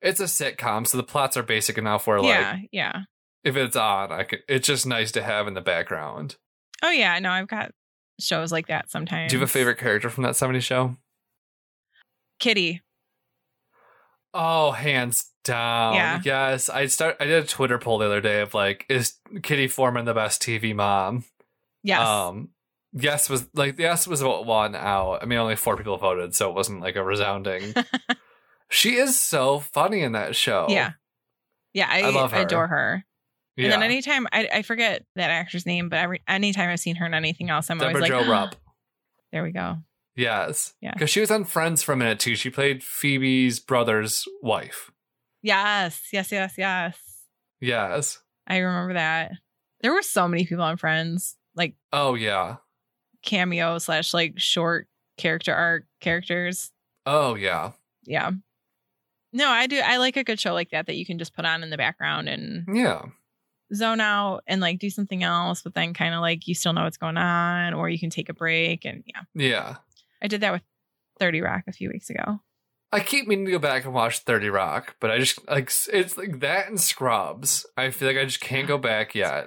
C: it's a sitcom, so the plots are basic enough where like
B: Yeah, yeah.
C: if it's on, I could. It's just nice to have in the background.
B: Oh yeah. No, I've got shows like that sometimes.
C: Do you have a favorite character from that 70s show?
B: Kitty.
C: Oh, hands down.
B: Yeah.
C: Yes, I start. I did a Twitter poll the other day of like, is Kitty Foreman the best TV mom?
B: Yes.
C: Um, yes was like yes was what won out. I mean, only four people voted, so it wasn't like a resounding. she is so funny in that show.
B: yeah. Yeah. I,
C: oh. I love her.
B: adore her.
C: yeah.
B: And then anytime I, I forget that actor's name, but every, anytime I've seen her in anything else, I'm
C: Deborah
B: always
C: Jo
B: like, "Ah,
C: Rupp.
B: there we go.
C: Yes.
B: Yeah.
C: Because she was on Friends for a minute too. She played Phoebe's brother's wife.
B: Yes. Yes. Yes. Yes.
C: Yes.
B: I remember that. There were so many people on Friends, like
C: Oh yeah.
B: cameo slash like short character arc characters.
C: Oh yeah.
B: Yeah. No, I do. I like a good show like that that you can just put on in the background and
C: Yeah.
B: zone out and like do something else, but then kind of like you still know what's going on, or you can take a break. And yeah,
C: Yeah.
B: I did that with 30 Rock a few weeks ago.
C: I keep meaning to go back and watch 30 Rock, but I just like s- it's like that and Scrubs. I feel like I just can't go back yet.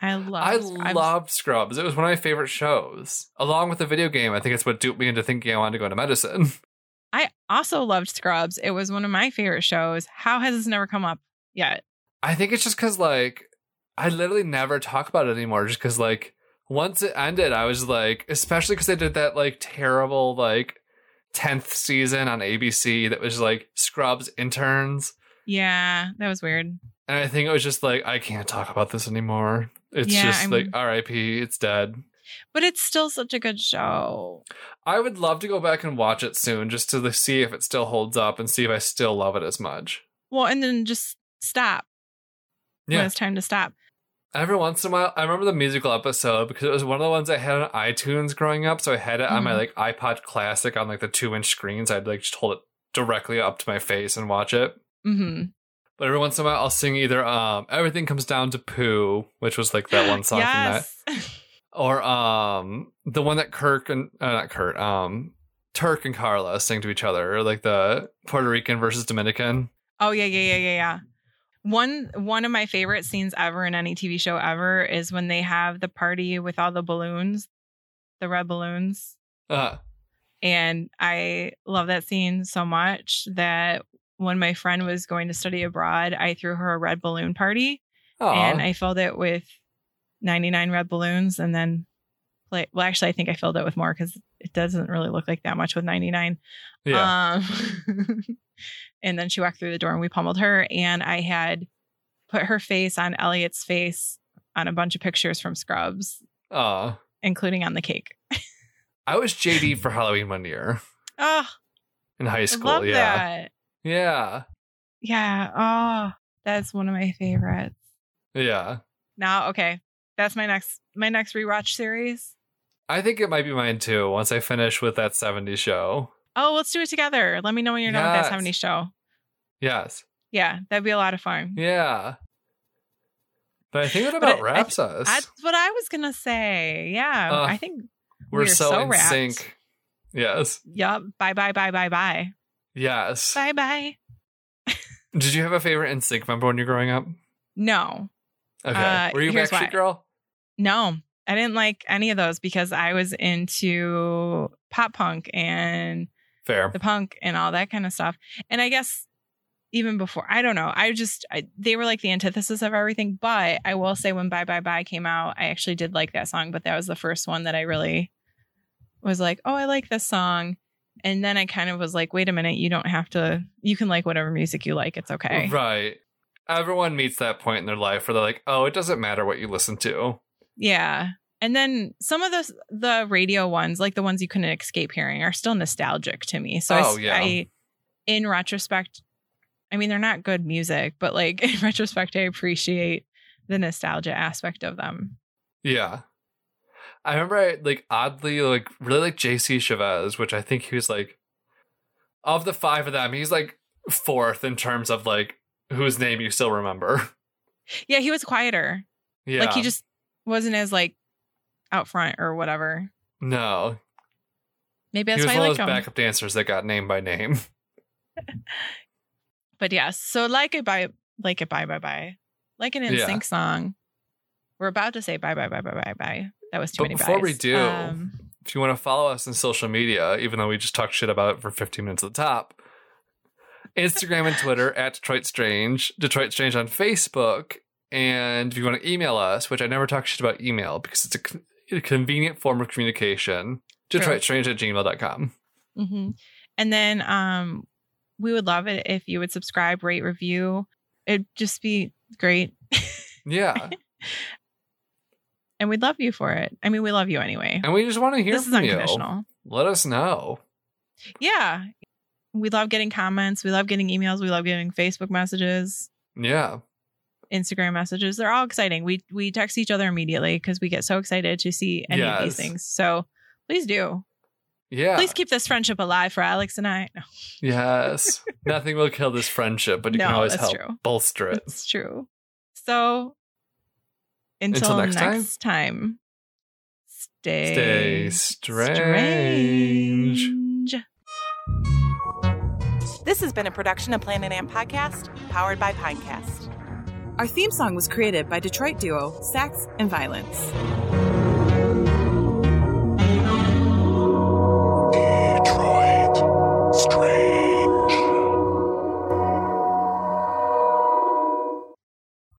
B: I love
C: I
B: Scrubs.
C: loved Scrubs. It was one of my favorite shows. Along with the video game, I think it's what duped me into thinking I wanted to go into medicine.
B: I also loved Scrubs. It was one of my favorite shows. How has this never come up yet?
C: I think it's just because like I literally never talk about it anymore. Just because like once it ended, I was like, especially because they did that like terrible like tenth season on ABC that was like Scrubs interns,
B: Yeah, that was weird.
C: and I think it was just like I can't talk about this anymore. It's
B: Yeah,
C: just
B: I'm-
C: like R.I.P. It's dead.
B: But it's still such a good show.
C: I would love to go back and watch it soon just to like, see if it still holds up and see if I still love it as much.
B: Well, and then just stop
C: Yeah.
B: when it's time to stop.
C: Every once in a while, I remember the musical episode because it was one of the ones I had on iTunes growing up. So I had it on my
B: Mhm.
C: like iPod Classic on like the two inch screens. I'd like just hold it directly up to my face and watch it.
B: hmm
C: But every once in a while, I'll sing either um, "Everything Comes Down to Poo," which was like that one song from that,
B: yes.
C: or um, the one that Kirk and uh, not Kurt, um, Turk and Carla sing to each other, or like the Puerto Rican versus Dominican.
B: Oh yeah, yeah, yeah, yeah, yeah. One one of my favorite scenes ever in any TV show ever is when they have the party with all the balloons, the red balloons.
C: Uh,
B: And I love that scene so much that when my friend was going to study abroad, I threw her a red balloon party
C: aw.
B: and I filled it with 99 red balloons and then play. Well, actually, I think I filled it with more because it doesn't really look like that much with 99.
C: yeah,
B: Um, and then she walked through the door and we pummeled her. And I had put her face on Elliot's face on a bunch of pictures from Scrubs,
C: aw.
B: including on the cake.
C: I was JD for Halloween one year
B: Oh,
C: in high school.
B: I love
C: yeah.
B: that.
C: Yeah.
B: Yeah. Oh, that's one of my favorites.
C: Yeah.
B: Now, okay, that's my next my next rewatch series.
C: I think it might be mine too once I finish with that 70s show.
B: Oh, let's do it together. Let me know when you're done with that
C: Yes.
B: 70 show.
C: Yes.
B: Yeah, that'd be a lot of fun.
C: Yeah. But I think it
B: But
C: about
B: I-
C: wraps us.
B: That's what I was gonna say. Yeah,
C: Uh.
B: I think.
C: We're,
B: we're
C: so,
B: so
C: in
B: wrapped.
C: sync. Yes.
B: Yup. Bye, bye, bye, bye, bye,
C: Yes.
B: bye, bye.
C: Did you have a favorite in sync member when you were growing up?
B: No,
C: Okay.
B: Uh,
C: were you a
B: here's
C: Backstreet
B: why.
C: Girl?
B: no, I didn't like any of those because I was into pop punk and
C: Fair.
B: the punk and all that kind of stuff. And I guess even before, I don't know. I just I, they were like the antithesis of everything. But I will say, when Bye Bye Bye came out, I actually did like that song. But that was the first one that I really was like, oh, I like this song. And then I kind of was like, wait a minute, you don't have to. You can like whatever music you like. It's okay.
C: Right. Everyone meets that point in their life where they're like, oh, it doesn't matter what you listen to.
B: Yeah. And then some of the the radio ones, like the ones you couldn't escape hearing, are still nostalgic to me. So I s-
C: Oh, yeah.
B: I, in retrospect, I mean they're not good music, but like in retrospect, I appreciate the nostalgia aspect of them.
C: Yeah. I remember I like oddly like really like JC Chavez, which I think he was like of the five of them, he's like fourth in terms of like whose name you still remember.
B: Yeah, he was quieter.
C: yeah.
B: Like he just wasn't as like out front or whatever.
C: No.
B: Maybe that's
C: he
B: why
C: was
B: I
C: one
B: liked
C: of those
B: him.
C: backup dancers that got name by name.
B: But yes, so like it by like it bye bye bye, like an
C: Yeah.
B: NSYNC song. We're about to say bye bye bye bye bye bye. That was too
C: But
B: many.
C: before we
B: byes. Um,
C: do, If you want to follow us on social media, even though we just talked shit about it for 15 minutes at the top, Instagram and Twitter at Detroit Strange, Detroit Strange on Facebook. And if you want to email us, which I never talk shit about email because it's a, con- a convenient form of communication,
B: True.
C: DetroitStrange at gmail.com.
B: hmm And then um, we would love it if you would subscribe, rate, review. It'd just be great.
C: Yeah.
B: And we'd love you for it. I mean, we love you anyway.
C: and we just want to hear
B: This is
C: from you.
B: unconditional.
C: Let us know.
B: Yeah. We love getting comments. We love getting emails. We love getting Facebook messages,
C: Yeah.
B: Instagram messages. They're all exciting. We we text each other immediately because we get so excited to see any of these
C: Yes.
B: things. So please do.
C: Yeah.
B: Please keep this friendship alive for Alex and I. No,
C: Yes. Nothing will kill this friendship, but you can
B: No,
C: always
B: that's
C: help
B: true.
C: bolster it.
B: it's true. So until,
C: Until next
B: next,
C: time.
B: time, stay
C: Stay strange.
B: strange.
D: This has been a production of Planet Amp Podcast, powered by Pinecast.
B: Our theme song was created by Detroit duo Sax and Violence.